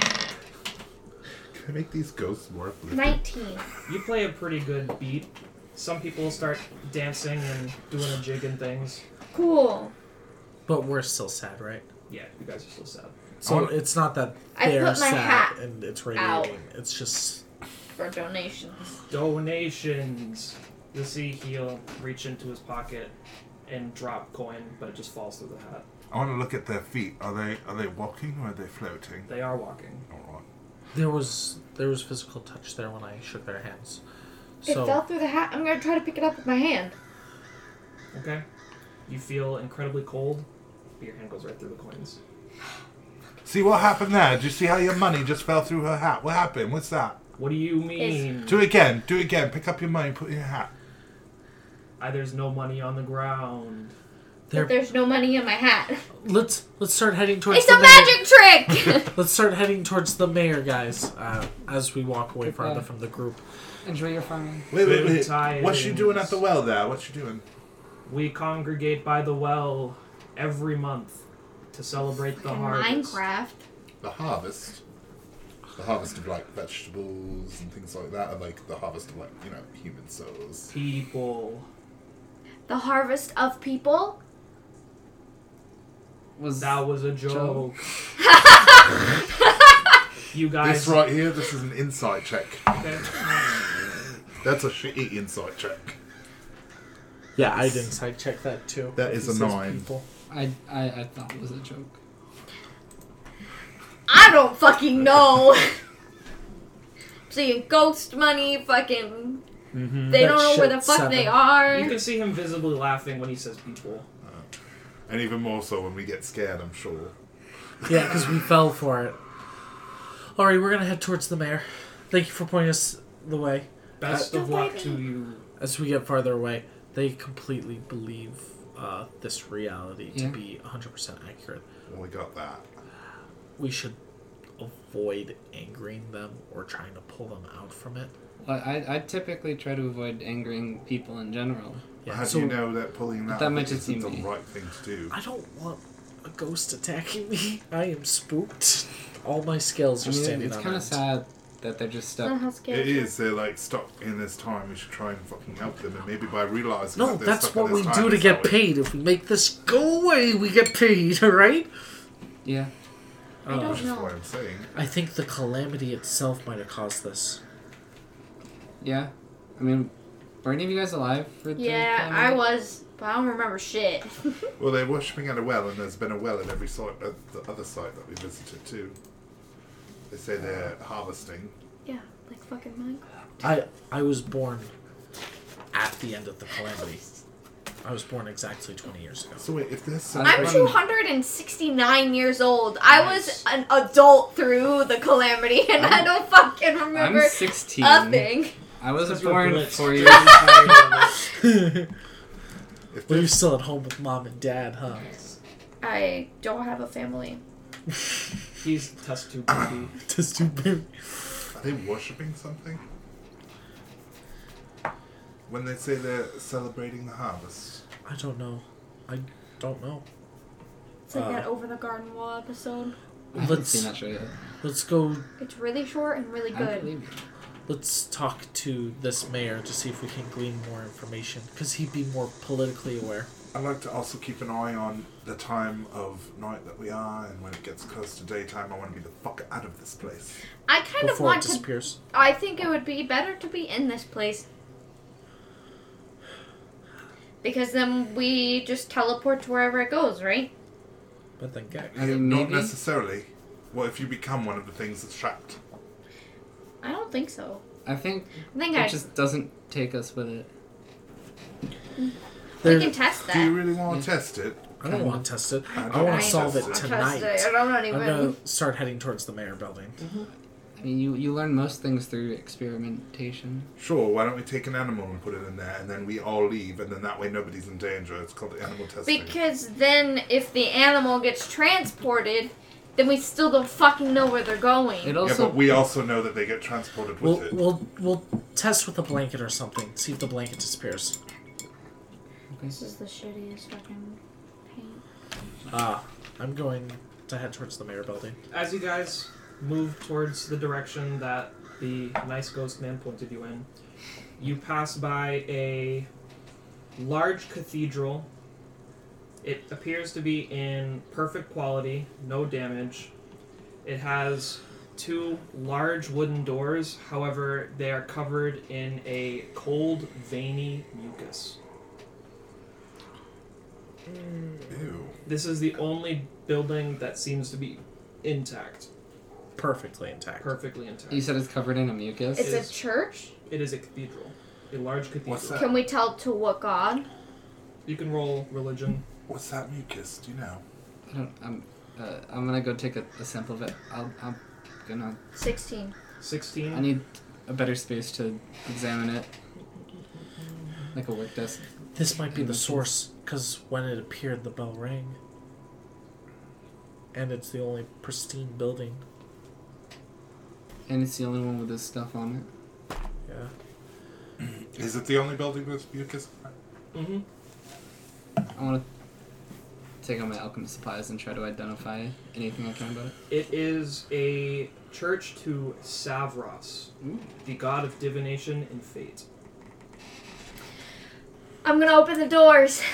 B: Can I make these ghosts more uplifting?
D: Nineteen.
A: You play a pretty good beat. Some people start dancing and doing a jig and things.
D: Cool.
C: But we're still sad, right?
A: Yeah, you guys are still sad.
C: So
B: wanna-
C: it's not that
D: I
C: they're
D: put my
C: sad
D: hat
C: and it's radiating. It's just
D: For donations.
A: Donations. You'll see he'll reach into his pocket and drop coin, but it just falls through the hat.
B: I want to look at their feet. Are they are they walking or are they floating?
A: They are walking.
B: All right.
C: there was there was physical touch there when I shook their hands.
D: it
C: So
D: fell through the hat. I'm gonna try to pick it up with my hand.
A: Okay. You feel incredibly cold, but your hand goes right through the coins.
B: See what happened there? Did you see how your money just fell through her hat? What happened? What's that?
A: What do you mean?
B: Do it again. Do it again. Pick up your money. Put it in your hat.
A: I, there's no money on the ground.
D: But
C: there,
D: there's no money in my hat.
C: let's let's start heading towards
D: It's
C: the
D: a magic trick.
C: mayor. Let's start heading towards the mayor, guys. Uh, as we walk away farther
E: Goodbye.
C: from the group.
E: Enjoy your farming.
B: Wait, wait,
A: Food
B: wait. What's she
A: tie-ins.
B: doing at the well there? What's she doing?
A: We congregate by the well every month to celebrate the harvest.
D: Minecraft.
F: the harvest, the harvest of like vegetables and things like that, and like the harvest of like you know human souls.
A: People.
D: The harvest of people.
E: Was
A: That was a joke.
E: Joke.
A: you guys.
F: This right here, this is an insight check.
A: Okay.
F: That's a shitty insight check.
C: Yeah, I didn't side check that too.
F: That is
C: It
F: a
C: says
F: nine.
C: People.
E: I, I I thought it was a joke.
D: I don't fucking know. Seeing ghost money, fucking. They
C: Mm-hmm. That
D: don't know where the
C: shit's
D: fuck
C: seven.
D: they
A: You
D: are.
A: can see him visibly laughing when he says people.
F: And even more so when we get scared, I'm sure.
C: Yeah, because we fell for it. All right, we're gonna head towards the mayor. Thank you for pointing us the way.
A: Best of luck to you.
C: As we get farther away, they completely believe uh, this reality
E: Yeah.
C: to be 100% accurate.
F: Well, we got that.
C: We should avoid angering them or trying to pull them out from it.
E: Well, I I typically try to avoid angering people in general.
C: Yeah,
B: How
C: so
B: do you know that pulling that,
E: That
B: up
E: might just
B: isn't the
E: be me.
B: right thing to do?
C: I don't want a ghost attacking me. I am spooked. All my skills
E: I
C: are
E: mean,
C: standing
E: it's
C: on
E: kind of
C: end.
E: sad that they're just
D: Not
E: stuck.
D: how scary
B: It is. They're like stuck in this time. We should try and fucking help them, and maybe by realizing
C: No,
B: that they're
C: that's
B: stuck in
C: what
B: this
C: we
B: time,
C: do to
B: is
C: get
B: that we-
C: paid. If we make this go away, we get paid, alright?
E: Yeah.
D: I
B: Which
D: don't
B: is why
D: know.
B: I'm saying.
C: I think the calamity itself might have caused this.
E: Yeah. I mean, were any of you guys alive for the
D: Yeah,
E: calamity?
D: I was, but I don't remember shit.
B: Well, they're worshipping at a well, and there's been a well at every site, at the other site that we visited too. They say they're harvesting.
D: yeah, like fucking mine.
C: I I was born at the end of the calamity. I was born exactly 20 years ago.
B: So wait, if there's some
D: I'm
E: Um,
D: 269 years old. I was an adult through the calamity, and I
E: I'm-
D: don't fucking remember
E: I'm 16.
D: a thing.
E: I was
A: Except for
E: born
A: Blitz.
E: four years ago.
B: if
C: Well, you're
B: there's,
C: still at home with mom and dad, huh?
D: I don't have a family.
A: He's test tube baby.
C: Just too big.
B: are they worshipping something? When they say they're celebrating the harvest,
C: I don't know. I don't know.
D: It's like
C: Uh.
D: that Over the Garden Wall episode.
E: I haven't
C: Let's-
E: seen that show yet.
C: Let's go.
D: It's really short and really
E: I don't
D: good.
E: believe you.
C: Let's talk to this mayor to see if we can glean more information, because he'd be more politically aware.
B: I like to also keep an eye on the time of night that we are, and when it gets close to daytime, I want to be the fuck out of this place.
D: I kind of
C: before it
D: want to.
C: disappears.
D: I think it would be better to be in this place. Because then we just teleport to wherever it goes, right?
C: But then get
E: I mean,
B: Not
E: maybe.
B: necessarily. What if you become one of the things that's trapped?
D: I don't think so.
E: I think
D: I think I
E: it just doesn't take us with it.
D: we
C: There-
D: can test that. Mm.
B: Do you really want to test it?
C: I don't want to test it.
B: I
C: I
B: don't
C: want
B: wanna
C: to solve it
B: test it.
D: Trust
C: tonight.
D: it. I'm not
C: I'm
D: even.
C: gonna start heading towards the mayor building.
E: I mean, you, you learn most things through experimentation.
B: Sure, why don't we take an animal and put it in there, and then we all leave, and then that way nobody's in danger. It's called the animal testing.
D: Because then, if the animal gets transported, then we still don't fucking know where they're going.
E: It
B: yeah,
E: also
B: but we also know that they get transported with
C: We'll
B: it.
C: we'll we'll test with a blanket or something. See if the blanket disappears.
D: this is the shittiest fucking paint.
C: Ah, I'm going to head towards the mayor building.
A: As you guys move towards the direction that the nice ghost man pointed you in, you pass by a large cathedral. It appears to be in perfect quality, no damage. It has two large wooden doors, however, they are covered in a cold, veiny mucus.
B: Ew.
A: This is the only building that seems to be intact,
C: Perfectly intact.
A: perfectly intact.
E: you said it's covered in a mucus.
D: It's
A: is-
D: a church.
A: It is a cathedral, a large cathedral.
B: What's that?
D: Can we tell to what god?
A: You can roll religion.
B: What's that mucus? Do you know?
E: I don't, I'm uh, I'm gonna go take a, a sample of it. I'll, I'm gonna.
D: Sixteen.
E: I
A: Sixteen.
E: need a better space to examine it, like a work desk.
C: This might be the source, because when it appeared, the bell rang. And it's the only pristine building.
E: And it's the only one with this stuff on it.
C: Yeah.
B: Is it the only building with mucus?
A: Mm-hmm.
E: I want to take out my alchemist supplies and try to identify anything I can about it.
A: It is a church to Savros, the god of divination and fate.
D: I'm gonna open the doors.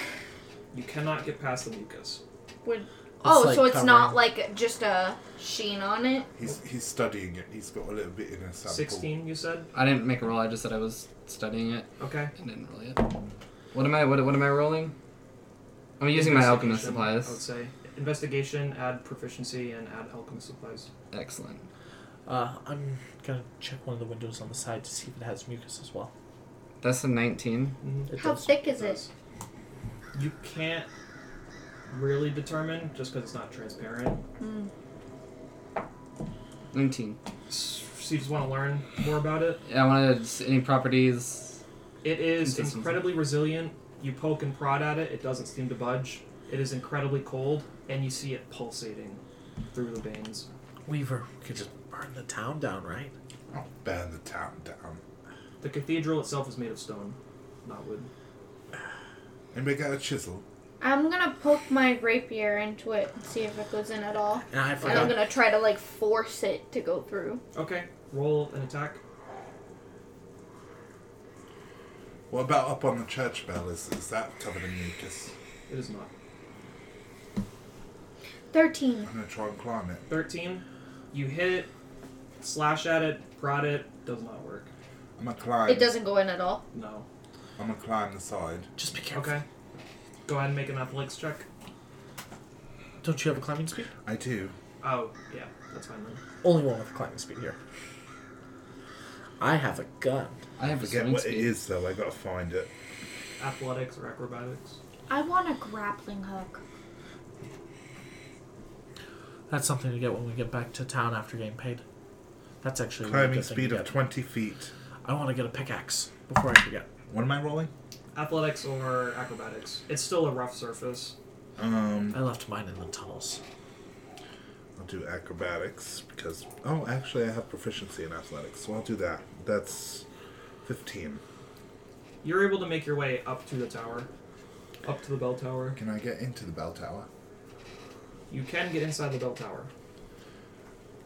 A: You cannot get past the mucus.
D: Would oh,
C: like
D: so it's not
C: covering-
D: like just a sheen on it.
B: He's he's studying it. He's got a little bit in a sample.
A: Sixteen, you said.
E: I didn't make a roll. I just said I was studying it
A: Okay.
E: and didn't roll it. What am I? What, what am I rolling? I'm using my alchemist
A: Investigation, Oh, I would
E: supplies.
A: say investigation, add proficiency, and add alchemist supplies.
E: Excellent.
C: Uh, I'm gonna check one of the windows on the side to see if it has mucus as well.
E: That's a 19.
A: Mhm.
C: It
D: How
C: does.
D: thick is it?
A: You can't really determine just because it's not transparent.
E: 19.
A: S- So you just want to learn more about it.
E: Yeah, I wanted s- any properties.
A: It is
E: Consistency.
A: incredibly resilient. You poke and prod at it, it doesn't seem to budge. It is incredibly cold, and you see it pulsating through the veins.
C: Weaver we could just burn the town down, right?
B: I'll Oh, burn the town down.
A: The cathedral itself is made of stone, not wood.
B: And we get a chisel.
D: I'm gonna poke my rapier into it and see if it goes in at all.
C: And I
D: And I'm
C: forgot.
D: gonna try to like force it to go through.
A: Okay, roll an attack.
B: What about up on the church bell? Is is that covered in mucus?
A: It is not.
D: Thirteen.
B: I'm gonna try and climb it.
A: 13. You hit it, slash at it, prod it. Does not work.
B: I'm gonna climb.
D: It doesn't go in at all.
A: No.
B: I'm gonna climb the side.
C: Just be careful.
A: Okay. Go ahead and make an athletics check.
C: Don't you have a climbing speed?
B: I do.
A: Oh, yeah. That's fine then.
C: Only one with a climbing speed here. I have a gun.
E: I have a
B: Forget
E: swing
B: what
E: speed.
B: it is though. I gotta find it.
A: Athletics or acrobatics.
D: I want a grappling hook.
C: That's something to get when we get back to town after getting paid. That's actually a really
B: Climbing
C: good thing to
B: speed of
C: get.
B: 20 feet.
C: I want to get a pickaxe before I forget.
B: What am I rolling?
A: Athletics or acrobatics. It's still a rough surface.
B: Um,
C: I left mine in the tunnels.
B: I'll do acrobatics because oh, actually I have proficiency in athletics, so I'll do that. That's 15.
A: You're able to make your way up to the tower, up to the bell tower.
F: Can I get into the bell tower?
A: You can get inside the bell tower.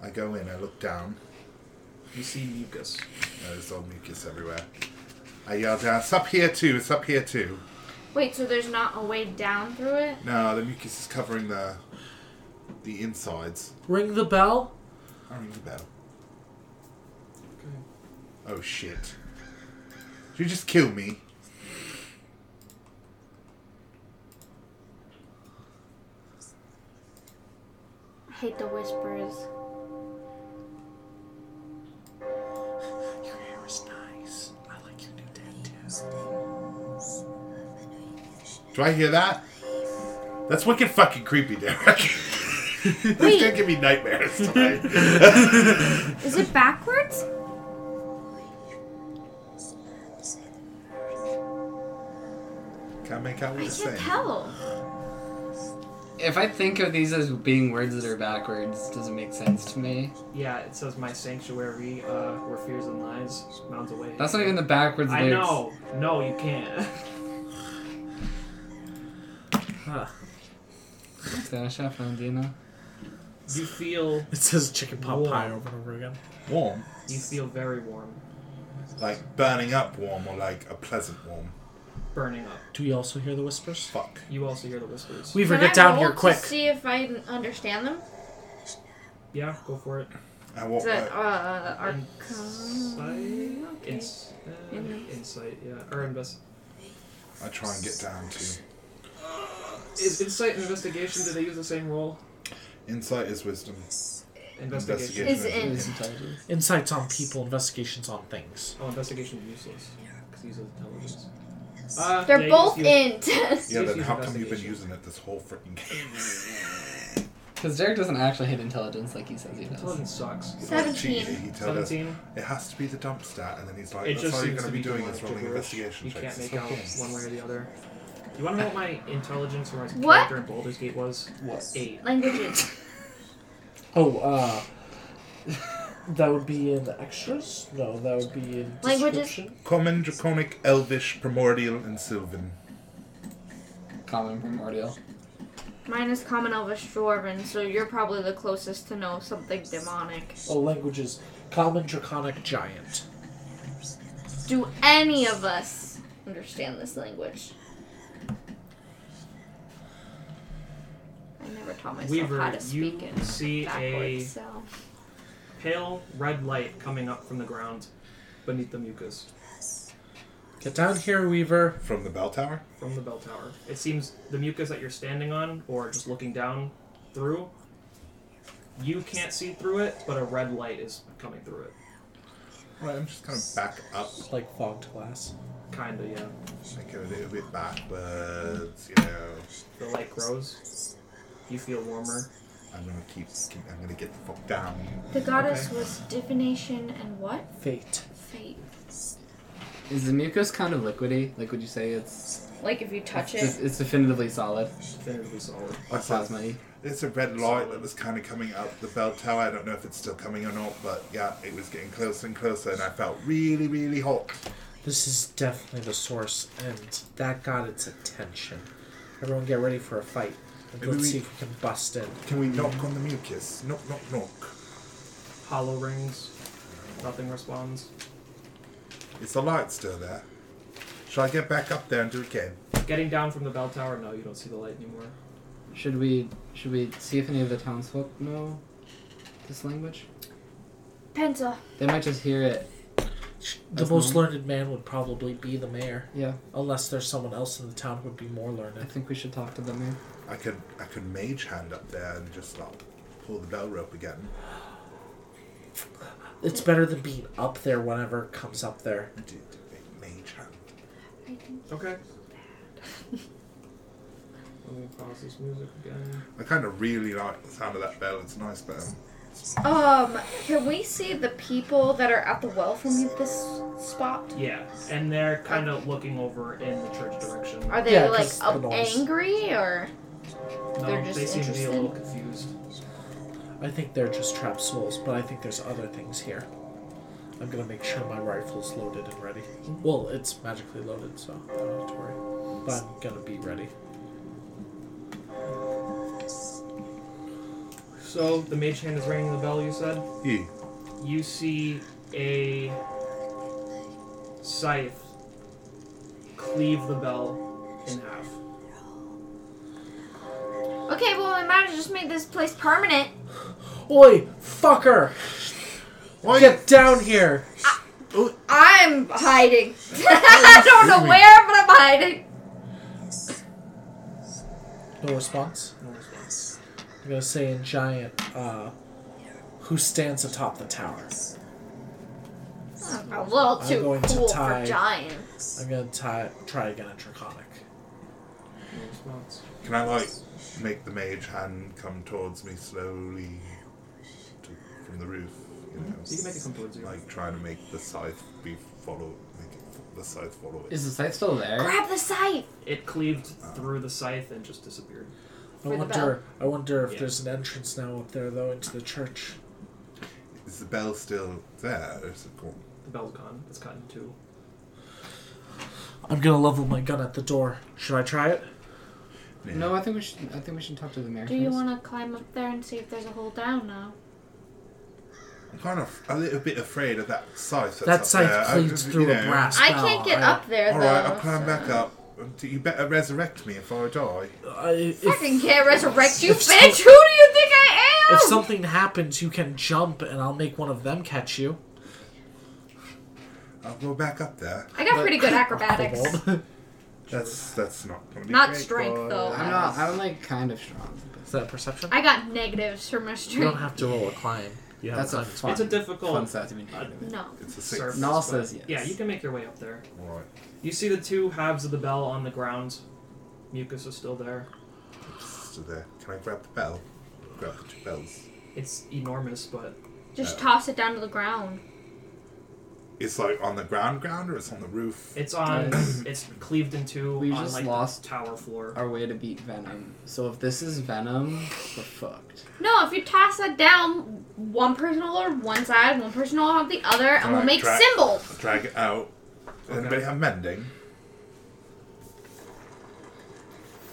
B: I go in. I look down.
A: You see mucus.
B: There's all mucus everywhere. I yell down. It's up here too. It's up here too.
D: Wait, so there's not a way down through it?
B: No, the mucus is covering the the insides.
C: Ring the bell.
B: I ring the bell.
A: Okay.
B: Oh shit! Did you just kill me?
D: I hate the whispers.
C: Your hair is nice. I like your new tattoo.
B: Do I hear that? That's wicked fucking creepy, Derek. this
D: Wait.
B: gonna give me nightmares tonight.
D: Is it backwards?
B: Can't make out what
D: I
B: it's
D: can't
B: saying.
D: tell.
E: If I think of these as being words that are backwards, does it make sense to me?
A: Yeah, it says my sanctuary, uh, where fears and lies mount away.
E: That's not even the backwards
A: I
E: lyrics.
A: know. No, you can't.
C: Huh.
E: Santa Chef Andina.
A: you feel
C: It says chicken pot
A: Whoa.
C: pie over and over again.
B: Warm,
A: you feel very warm,
B: like burning up warm, or like a pleasant warm.
A: burning up.
C: Do we also hear the whispers?
B: Fuck.
A: You also hear the whispers.
C: Weaver,
D: Can
C: get
D: I
C: down
D: roll
C: here
D: to
C: quick.
D: see if I understand them.
A: yeah, go for it.
B: I walk.
D: Is that
B: back.
D: uh,
A: Insight.
D: arcana? Um, Okay.
A: Ins- uh,
D: Insight.
A: insight. Yeah, or invest.
B: I try and get down to.
A: Is insight and investigation? Do they use the same roll?
B: Insight is wisdom.
A: Investigation.
D: Is
B: Investigation.
D: in.
E: Is intelligence.
C: Insights on people, investigations on things.
A: Oh, investigation is useless. Because he's intelligence. Uh,
D: They're
A: yeah, you
D: both
A: just use-
D: int.
B: Yeah,
A: Use
B: then
A: your
B: how come you've been
A: investigation.
B: using it this whole freaking game?
E: Because Derek doesn't actually hit intelligence like he says he does.
A: Intelligence sucks.
B: It's
D: Seventeen.
B: cheesy. He told us
A: Seventeen.
B: it has to be the dump stat, and then he's like,
A: It
B: "That's
A: just
B: all you're
A: seems
B: going
A: to
B: to be doing
A: gibberish,
B: is rolling
A: gibberish.
B: investigation
A: You
B: checks."
A: can't
B: It's
A: make
B: not
A: out
B: cool.
A: one way or the other. Do you want to know what my intelligence or my
D: What?
A: character in Baldur's Gate was?
E: What?
A: Eight.
D: Languages.
C: Oh, uh. That would be in extras? No, that would be in
D: Languages.
C: description.
B: Common, draconic, elvish, primordial, and sylvan.
E: Common primordial.
D: Mine is common elvish dwarven, so you're probably the closest to know something demonic.
C: Oh, languages. Common, draconic, giant.
D: Do any of us understand this language? I never taught myself how
A: Weaver,
D: to speak
A: you
D: it
A: see a
D: backwards, so.
A: pale red light coming up from the ground beneath the mucus
C: Get down here, Weaver.
B: From the bell tower.
A: from the bell tower. It seems the mucus that you're standing on or just looking down through, you can't see through it, but a red light is coming through it.
B: Right, I'm just going to back up.
C: Like fogged glass.
A: Kinda, yeah.
B: Make it a little bit backwards. You know,
A: The light grows. You feel warmer.
B: I'm going to keep. I'm going to get the fuck down.
D: The goddess was divination and what?
C: Fate.
D: Fate.
E: Is the mucus kind of liquidy? Like, would you say it's
D: Like if you touch
E: it's,
D: it.
E: it's definitively solid,
A: Definitively solid.
E: or plasma-y?
B: It's a red light that was kind of coming up the bell tower. I don't know if it's still coming or not, but yeah, it was getting closer and closer, and I felt really, really hot.
C: This is definitely the source, and that got its attention. Everyone get ready for a fight. And
B: Maybe
C: let's
B: we-
C: see if we can bust in.
B: Can we knock on the mucus? Knock, knock, knock.
A: Hollow rings. Nothing responds.
B: Is the light still there? Shall I get back up there and do it again?
A: Getting down from the bell tower, no, you don't see the light anymore.
E: Should we should we see if any of the townsfolk know this language?
D: Pencil.
E: They might just hear it.
C: The
E: That's
C: most
E: mine.
C: learned man would probably be the mayor,
E: Yeah,
C: unless there's someone else in the town who would be more
E: I
C: learned.
E: think we should talk to them. Here.
B: I could I could mage hand up there and just like pull the bell rope again.
C: It's better than being up there whenever it comes up there.
B: Do- do it, Mage hand.
D: I think
A: Okay. Let me pause this music again.
B: I kind of really like the sound of that bell. It's a nice bell.
D: Um, can we see the people that are at the well from this spot?
A: Yeah, and they're kind of looking over in the church direction.
D: Are they
C: Yeah,
D: like
C: 'cause the
D: up
C: noise.
D: angry or?
A: no,
D: they're just
A: they seem to be a
D: interested?
A: little confused.
C: I think they're just trap souls, but I think there's other things here. I'm gonna make sure my rifle's loaded and ready. Well, it's magically loaded, so I don't have to worry. But I'm gonna be ready.
A: So the mage hand is ringing the bell. You said
B: Yeah.
A: you see a scythe cleave the bell in half.
D: Okay, well we might have just made this place permanent.
C: Oi, fucker!
B: Why?
C: Get down here!
D: I'm hiding. I don't know where, but I'm hiding.
C: No response.
A: No response.
C: I'm gonna say in giant, uh, who stands atop the tower?
D: A little
C: I'm
D: too
C: going to
D: cool
C: tie-
D: for giant.
C: I'm gonna tie, try again in Draconic.
A: No response.
B: Can I like make the mage hand come towards me slowly to, from the roof? You know,
A: You can make it come towards you.
B: like trying to make the scythe be follow, make it, fo- the scythe follow it.
E: Is the site still there?
D: Grab the scythe.
A: It cleaved through the scythe and just disappeared.
C: I
D: For the
C: wonder, I wonder if
A: Yeah.
C: there's an entrance now up there though into the church.
B: Is the bell still there? Or is it gone?
A: The bell's gone. It's cut in two.
C: I'm gonna level my gun at the door. Should I try it?
B: Yeah.
E: No, I think we should. I think we should talk to the mayor.
D: Do you
E: first.
D: want to climb up there and see if there's a hole down now?
B: I'm kind of a little bit afraid of that scythe. That's
C: That
B: up
C: scythe
B: there. I
C: cleaves
B: just- you
C: through a
B: know,
C: brass.
D: I
C: spell.
D: can't get
C: I-
D: up there
B: All
D: though.
B: right, I'll climb
D: so-
B: back up. You better resurrect me if I die.
C: I- if,
D: Fucking can't resurrect you,
C: if so-
D: bitch. Who do you think I am?
C: if something happens, you can jump, and I'll make one of them catch you.
B: I'll go back up there.
D: I got pretty good acrobatics.
C: Kobold.
B: That's that's not gonna be
D: Not
B: great,
D: strength,
B: but-
D: though.
E: I'm not. I'm like kind of strong.
C: Is that perception?
D: I got negatives for my
C: You don't
D: strength.
C: have to roll a climb. You have
E: That's a
C: climb.
E: fun.
A: It's a difficult-
E: fun stat to be negative.
D: No.
B: It's a six.
A: Surface,
E: Null
A: but-
E: says yes.
A: Yeah, you can make your way up there.
B: All right.
A: You see the two halves of the bell on the ground. Mucus is still there.
B: So there. Can I grab the bell? Grab the two bells.
A: It's enormous, but
D: Just toss it down to the ground.
B: It's like on the ground, ground, or it's on the roof.
A: it's on.
E: Nice.
A: It's cleaved in two
E: We
A: on
E: just
A: like
E: lost
A: the tower floor.
E: Our way to beat Venom. So if this is Venom, we're fucked.
D: No, if you toss that down, one person will have one side, one person will have the other, and we'll
B: Alright,
D: make
B: drag-
D: symbols.
B: Drag it out.
A: Okay.
B: Anybody have mending?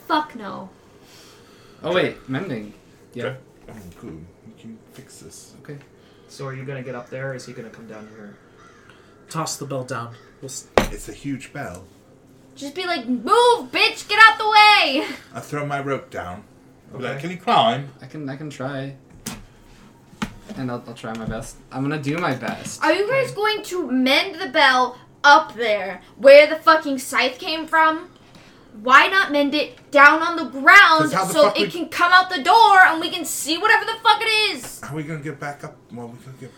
D: Fuck no.
E: Oh wait, mending. Yeah.
B: Dra- Oh, cool. You can fix this.
E: Okay.
A: So are you gonna get up there? Or is he gonna come down here?
C: Toss the bell down. We'll s-
B: It's a huge bell.
D: Just be like, move, bitch, get out the way.
B: I throw my rope down. I'll be like,
A: Okay.
B: can you climb?
E: I can. I can try. And I'll, I'll try my best. I'm gonna do my best.
D: Are you guys going to mend the bell up there, where the fucking scythe came from? Why not mend it down on the ground
B: 'Cause how the
D: so
B: fuck
D: it
B: we-
D: can come out the door and we can see whatever the fuck it is?
B: How are we gonna get back up? Well, we can get.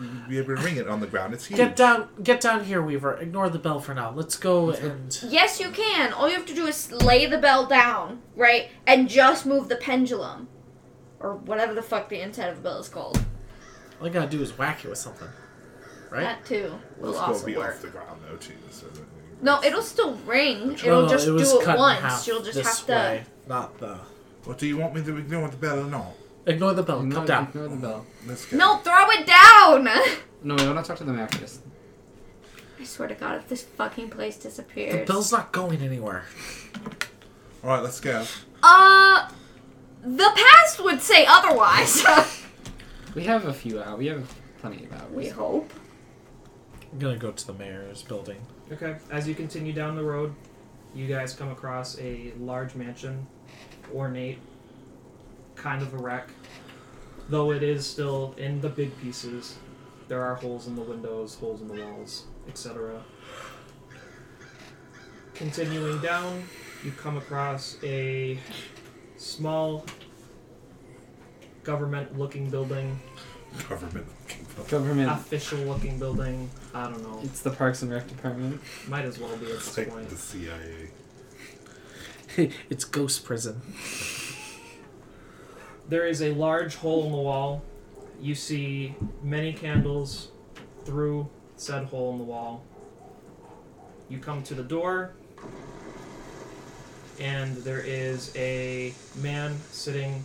B: We, we'd be able to ring it on the ground. It's huge.
C: get down. Get down here, Weaver. Ignore the bell for now. Let's go and
D: Yes, you can. All you have to do is lay the bell down, right? And just move the pendulum. Or whatever the fuck the inside of a bell is called.
C: all I gotta do is whack it with something, right?
D: That too will
B: It's gotta
D: also
B: be
D: work.
B: off the ground though too. So that-
D: No, it'll still ring.
C: No,
D: It'll
C: no,
D: just
C: was
D: do
C: cut
D: it
C: in
D: once.
C: half
D: You'll just
C: this
D: have to.
C: way, not the.
B: Well, do you want me to ignore the bell or not?
C: Ignore the
A: Oh,
C: bell.
E: Ignore,
C: Come down.
E: ignore the bell.
B: Let's go.
D: No, throw it down!
E: No, we want to talk to the mayor first.
D: I swear to God, if this fucking place
C: The
D: disappears.
C: bell's not going anywhere.
B: All right, let's go.
D: Uh, the past would say otherwise.
E: We have a few hours. We have plenty of
D: we
E: hours.
D: hope.
C: I'm gonna go to the mayor's building.
A: Okay. As you continue down the road, you guys come across a large mansion, ornate kind of a wreck, though it is still in the big pieces. There are holes in the windows, holes in the walls, etc. Continuing down, you come across a small government looking building,
B: Government.
E: Government.
A: official looking building. I don't know.
E: It's the Parks and Rec Department.
A: Might as well be at
B: It's
A: this
B: like
A: point.
B: the CIA.
C: it's ghost prison.
A: There is a large hole in the wall. You see many candles through said hole in the wall. You come to the door, and there is a man sitting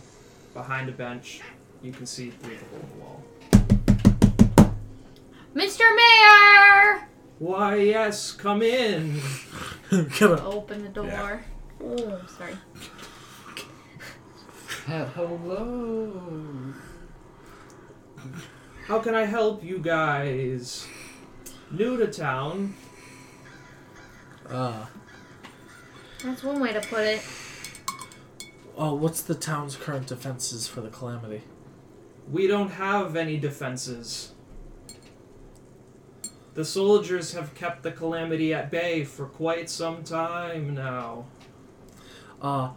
A: behind a bench. You can see through the hole in the wall.
D: Mr. Mayor!
A: Why, yes, come in.
C: Gotta-
D: Open the door.
B: Yeah.
D: Oh, I'm sorry.
E: Hello.
A: How can I help you guys? New to town.
C: uh,
D: That's one way to put it.
C: oh, what's the town's current defenses for the calamity?
A: We don't have any defenses. The soldiers have kept the calamity at bay for quite some time now.
C: Uh,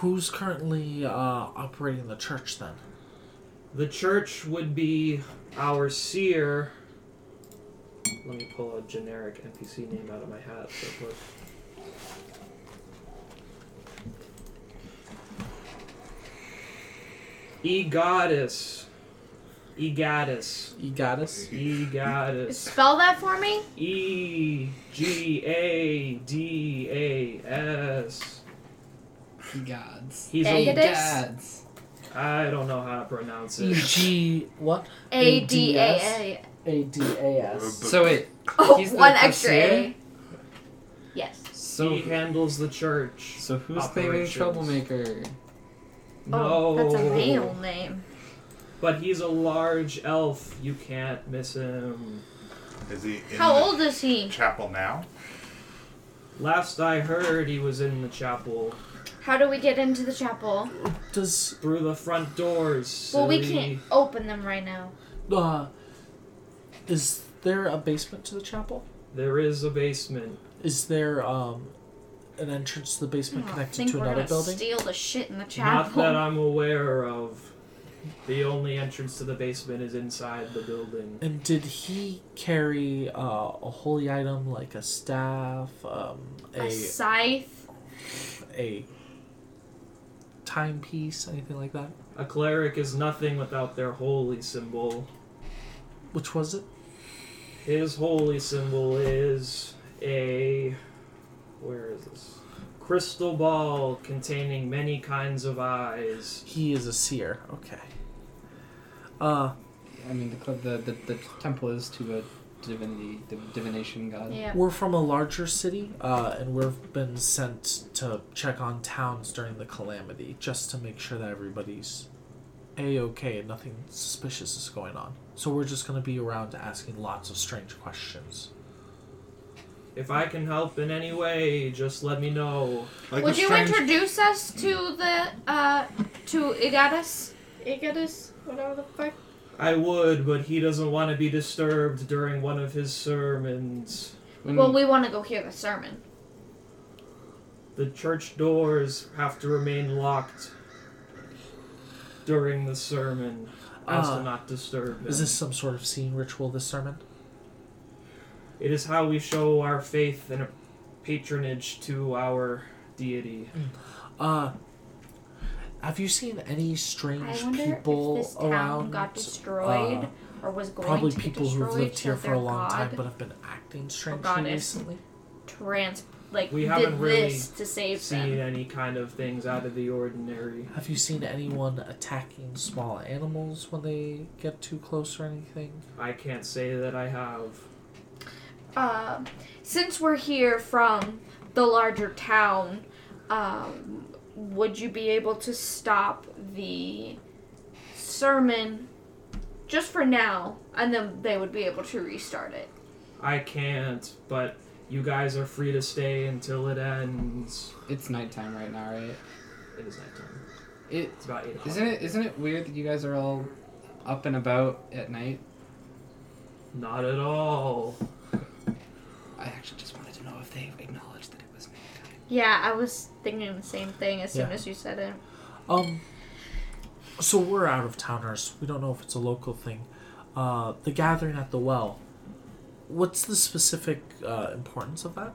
C: who's currently uh, operating the church then?
A: The church would be our seer. Let me pull a generic NPC name out of my hat real quick. E goddess. E goddess.
C: You got us.
A: E goddess.
D: Spell that for me?
A: E G A D A S.
E: Gods.
A: He's
D: Egg
A: a.
D: it?
E: Gods.
A: I don't know how to pronounce
C: E
A: it.
C: G what?
D: A D A A.
C: A D A S.
E: So wait.
D: Oh,
E: He's the
D: one extra
E: overseer?
D: A. Yes.
A: He
E: So
A: handles the church.
E: so who's claiming
A: Operations.
E: troublemaker?
A: no,
D: Oh, that's a male name.
A: but he's a large elf. You can't miss him.
B: Is he in
D: How
B: the
D: old is he?
B: chapel now?
A: Last I heard, he was in the chapel
D: How do we get into the chapel?
C: Does
A: through the front doors. Silly.
D: Well, we can't open them right now.
C: uh, is there a basement to the chapel?
A: There is a basement.
C: Is there um, an entrance to the basement
D: I
C: connected
D: think
C: to
D: we're
C: another
D: gonna
C: building?
D: steal the shit in the
A: Not that
D: chapel.
A: I'm aware of. The only entrance to the basement is inside the building.
C: And did he carry uh, a holy item like a staff, um,
D: A
C: a
D: scythe.
C: a timepiece, anything like that?
A: A cleric is nothing without their holy symbol.
C: Which was it?
A: His holy symbol is a. Where is this? Crystal ball containing many kinds of eyes.
C: He is a seer. Okay. Uh,
E: I mean, the club, the, the the temple is to a divinity, div- divination god.
D: Yeah.
C: we're from a larger city, uh, and we've been sent to check on towns during the calamity, just to make sure that everybody's a okay and nothing suspicious is going on. So we're just gonna be around asking lots of strange questions.
A: If I can help in any way, just let me know.
B: Like
D: Would
B: the
D: you
B: strange-
D: introduce us to the uh to Igatus? Igatus, whatever the fuck.
A: I would, but he doesn't want to be disturbed during one of his sermons.
E: When,
D: Well, we want to go hear the sermon.
A: The church doors have to remain locked during the sermon as
C: Ah.
A: to not disturb him.
C: Is this some sort of scene ritual? This sermon?
A: It is how we show our faith and patronage to our deity.
C: Uh, have you seen any strange
D: I wonder
C: people
D: if this town
C: around?
D: got destroyed
C: uh,
D: or was going
C: Probably
D: to
C: people
D: get
C: who've
D: destroyed.
C: lived here
D: so
C: for a
D: their
C: long time
D: god Oh,
C: but have been acting strangely
D: forgot it.
C: recently.
D: trans like
A: We
D: did
A: haven't really
D: this to save
A: seen
D: them.
A: any kind of things out of the ordinary.
C: Have you seen anyone attacking small animals when they get too close or anything?
A: I can't say that I have.
D: Uh, since we're here from the larger town, um, would you be able to stop the sermon just for now, and then they would be able to restart it?
A: I can't, but you guys are free to stay until it ends.
E: it's nighttime right now, right?
A: It is nighttime.
E: It
A: It's about eight.
E: isn't it isn't it weird that you guys are all up and about at night?
A: Not at all.
E: I actually just wanted to know if they acknowledged that it was me.
D: Yeah, I was thinking the same thing as soon
C: Yeah.
D: as you said it.
C: Um, so we're out of towners. We don't know if it's a local thing. Uh, the gathering at the well. What's the specific uh, importance of that?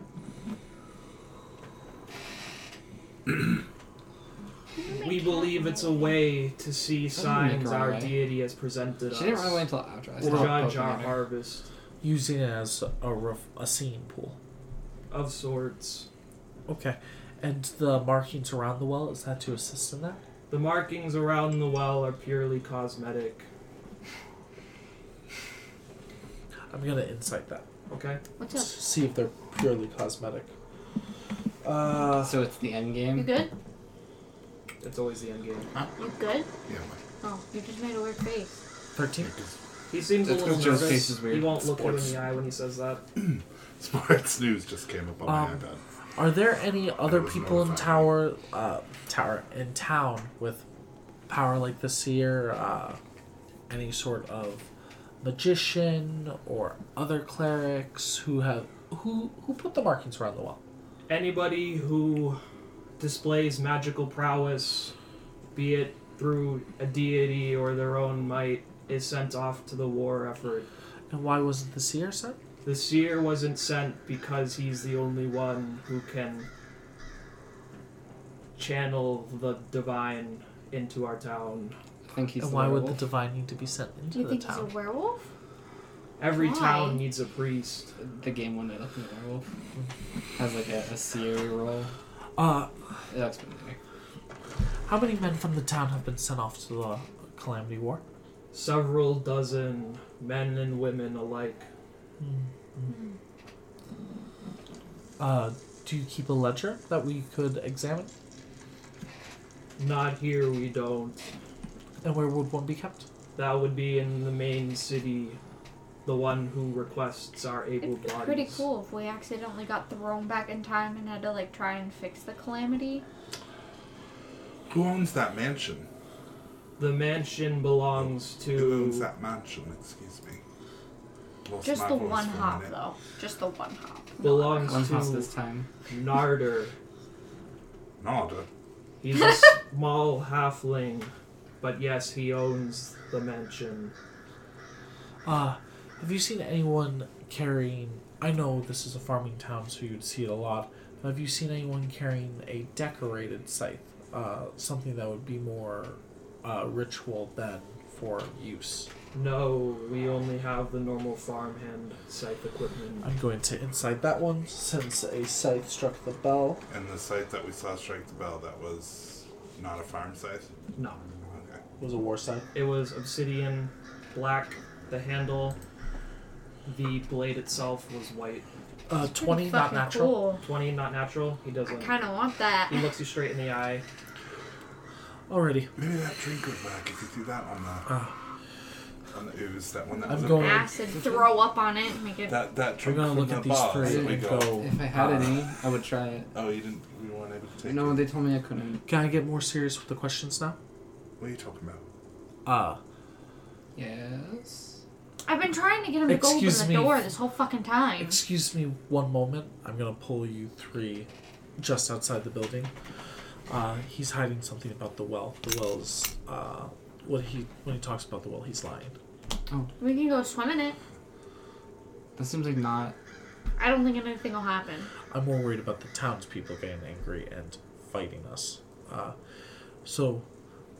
A: We believe it's a way to see signs
E: run
A: our
E: away.
A: deity has presented us.
E: She didn't run away until after I
A: to
E: stopped
A: judge
E: poking
A: our
E: at her.
A: harvest
C: Using it as a ref- a scene pool.
A: of sorts.
C: Okay, and the markings around the well is that to assist in that?
A: The markings around the well are purely cosmetic.
C: I'm gonna insight that.
A: Okay.
D: What's
C: to
D: up?
C: See if they're purely cosmetic. Uh,
E: So it's the end
D: You
E: game.
D: good?
A: It's always the end game.
D: You good?
F: Yeah,
D: Oh, you just made a weird face.
C: thirteen.
A: He seems a
E: That's
A: little
E: 'cause Joe's
A: nervous.
E: face is weird.
A: He won't look you in
E: Sports.
A: the eye when he says that.
F: sports news just came up on
C: Um,
F: my iPad.
C: Are there any other
F: was
C: people in
F: notified.
C: tower, uh, tower in town with power like this here? Uh, any sort of magician or other clerics who have who who put the markings around the wall?
A: Anybody who displays magical prowess, be it through a deity or their own might, is sent off to the war effort.
C: And why wasn't the seer sent?
A: The seer wasn't sent because he's the only one who can channel the divine into our town.
E: I think he's
C: and
E: the
C: why would the
E: werewolf.
C: divine need to be sent
D: Do
C: into
D: you
C: the
D: think he's a
C: town?
D: werewolf?
A: Every
D: Why?
A: town needs a priest.
E: the game one night up in the werewolf has like a, a Siri roll.
C: Uh,
E: It'll explain later.
C: how many men from the town have been sent off to the calamity war?
A: Several dozen men and women alike.
C: Uh, do you keep a ledger that we could examine?
A: Not here, we don't.
C: And where would one be kept?
A: That would be in the main city, the one who requests our able
D: It'd be
A: bodies.
D: pretty cool if we accidentally got thrown back in time and had to like try and fix the calamity.
B: Who owns that mansion?
A: The mansion belongs
B: Who owns
A: to.
B: that mansion? Excuse me. Lost
D: Just
B: my
D: the
B: voice
D: one
B: for a
D: hop
B: minute.
D: though. Just the one hop.
A: belongs
E: One house
A: to
E: this time.
A: Narder.
B: Nada.
A: He's a small halfling, but yes, he owns the mansion.
C: Uh, have you seen anyone carrying? I know this is a farming town, so you'd see it a lot. But have you seen anyone carrying a decorated scythe? Uh, something that would be more uh, ritual than for use.
A: No, we only have the normal farmhand scythe equipment.
C: I'm going to inside that one since a scythe struck the bell.
B: And the site that we saw strike the bell that was not a farm site.
A: No.
B: Okay.
C: was a war scythe.
A: It was obsidian, black, the handle. The blade itself was white.
C: Uh, twenty,
D: Pretty
C: not
D: fucking
C: natural.
D: Cool.
A: 20, not natural. He
D: I
A: doesn't.
D: kind of want that.
A: He looks you straight in the eye.
C: Already,
B: Maybe that drink would work if you threw that on the
C: Uh,
B: on the ooze. That one that
C: I'm
B: was a-
C: going-
D: Acid, throw up on it, and make it.
B: That that
C: we're
B: drink
C: gonna
B: from
C: look
B: the
C: at these
B: bar
C: three
B: that we
C: and
B: got.
C: go.
E: If I had any, I would try it.
B: Oh, you didn't. We weren't able to take.
E: No,
B: it.
E: they told me I couldn't.
C: Can I get more serious with the questions now?
B: What are you talking about?
C: Uh,
E: Yes.
D: I've been trying to get him to go open
C: Excuse
D: the
C: me.
D: door this whole fucking time.
C: Excuse me one moment. I'm gonna pull you three just outside the building. Uh, he's hiding something about the well. The well is uh, what he when he talks about the well, he's lying.
D: We can go swim in it.
E: That seems like not.
D: I don't think anything will happen.
C: I'm more worried about the townspeople getting angry and fighting us. Uh, so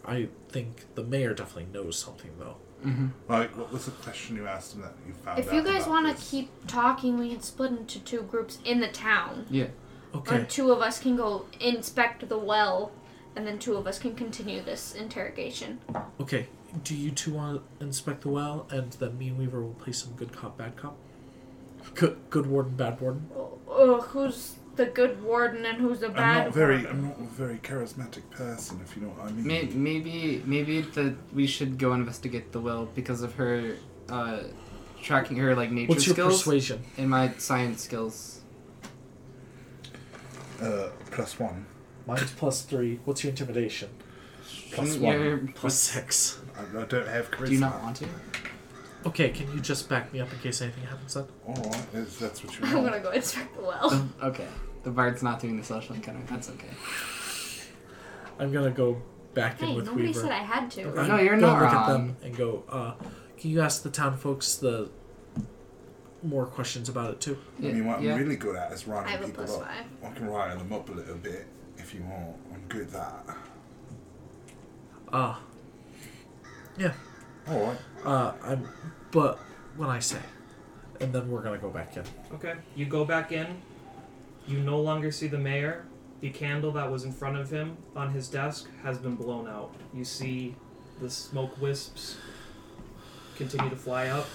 C: I think the mayor definitely knows something though.
B: Like, what was the question you asked him that you found
D: If
B: out
D: you guys
B: want
D: want to keep talking, we can split into two groups in the town.
E: Yeah.
C: Okay.
D: Or two of us can go inspect the well, and then two of us can continue this interrogation.
C: Okay. Do you two want to inspect the well, and then me and Weaver will play some good cop, bad cop? Good, good warden, bad warden.
D: Ugh, who's the good warden and who's the bad
B: I'm not very.
D: warden?
B: I'm not a very charismatic person, if you know what I mean.
E: May- Maybe maybe that we should go investigate the will because of her uh, tracking her like nature
C: What's your
E: skills
C: persuasion?
E: and my science skills.
B: Uh, plus one. Uh,
C: Mine's plus three. What's your intimidation?
F: Plus
E: Shouldn't
F: one.
E: your-
C: Plus six.
B: I I don't have charisma.
E: Do you not want to?
C: Okay, can you just back me up in case anything happens then?
B: Alright, if that's what you
D: I'm
B: want.
D: gonna go inspect the well.
E: Okay. The bard's not doing the social encounter. That's okay.
C: I'm gonna go back in
D: Hey,
C: with
D: nobody
C: Weaver.
D: said I had to.
C: I'm
E: No, you're
C: gonna
E: not
C: look at
E: wrong.
C: them and go, uh, can you ask the town folks the more questions about it too?
B: I mean, what I'm really good at is
D: I
B: riding
D: have a
B: people
D: plus
B: up.
D: five.
B: I can rile them up a little bit if you want. I'm good at that.
C: Uh, yeah.
B: Alright.
C: Uh, I'm, but when I say, and then we're gonna go back in.
A: Okay. You go back in. You no longer see the mayor. The candle that was in front of him on his desk has been blown out. You see the smoke wisps continue to fly up.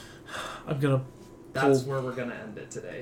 C: I'm gonna
A: That's
C: Cool.
A: where we're gonna end it today.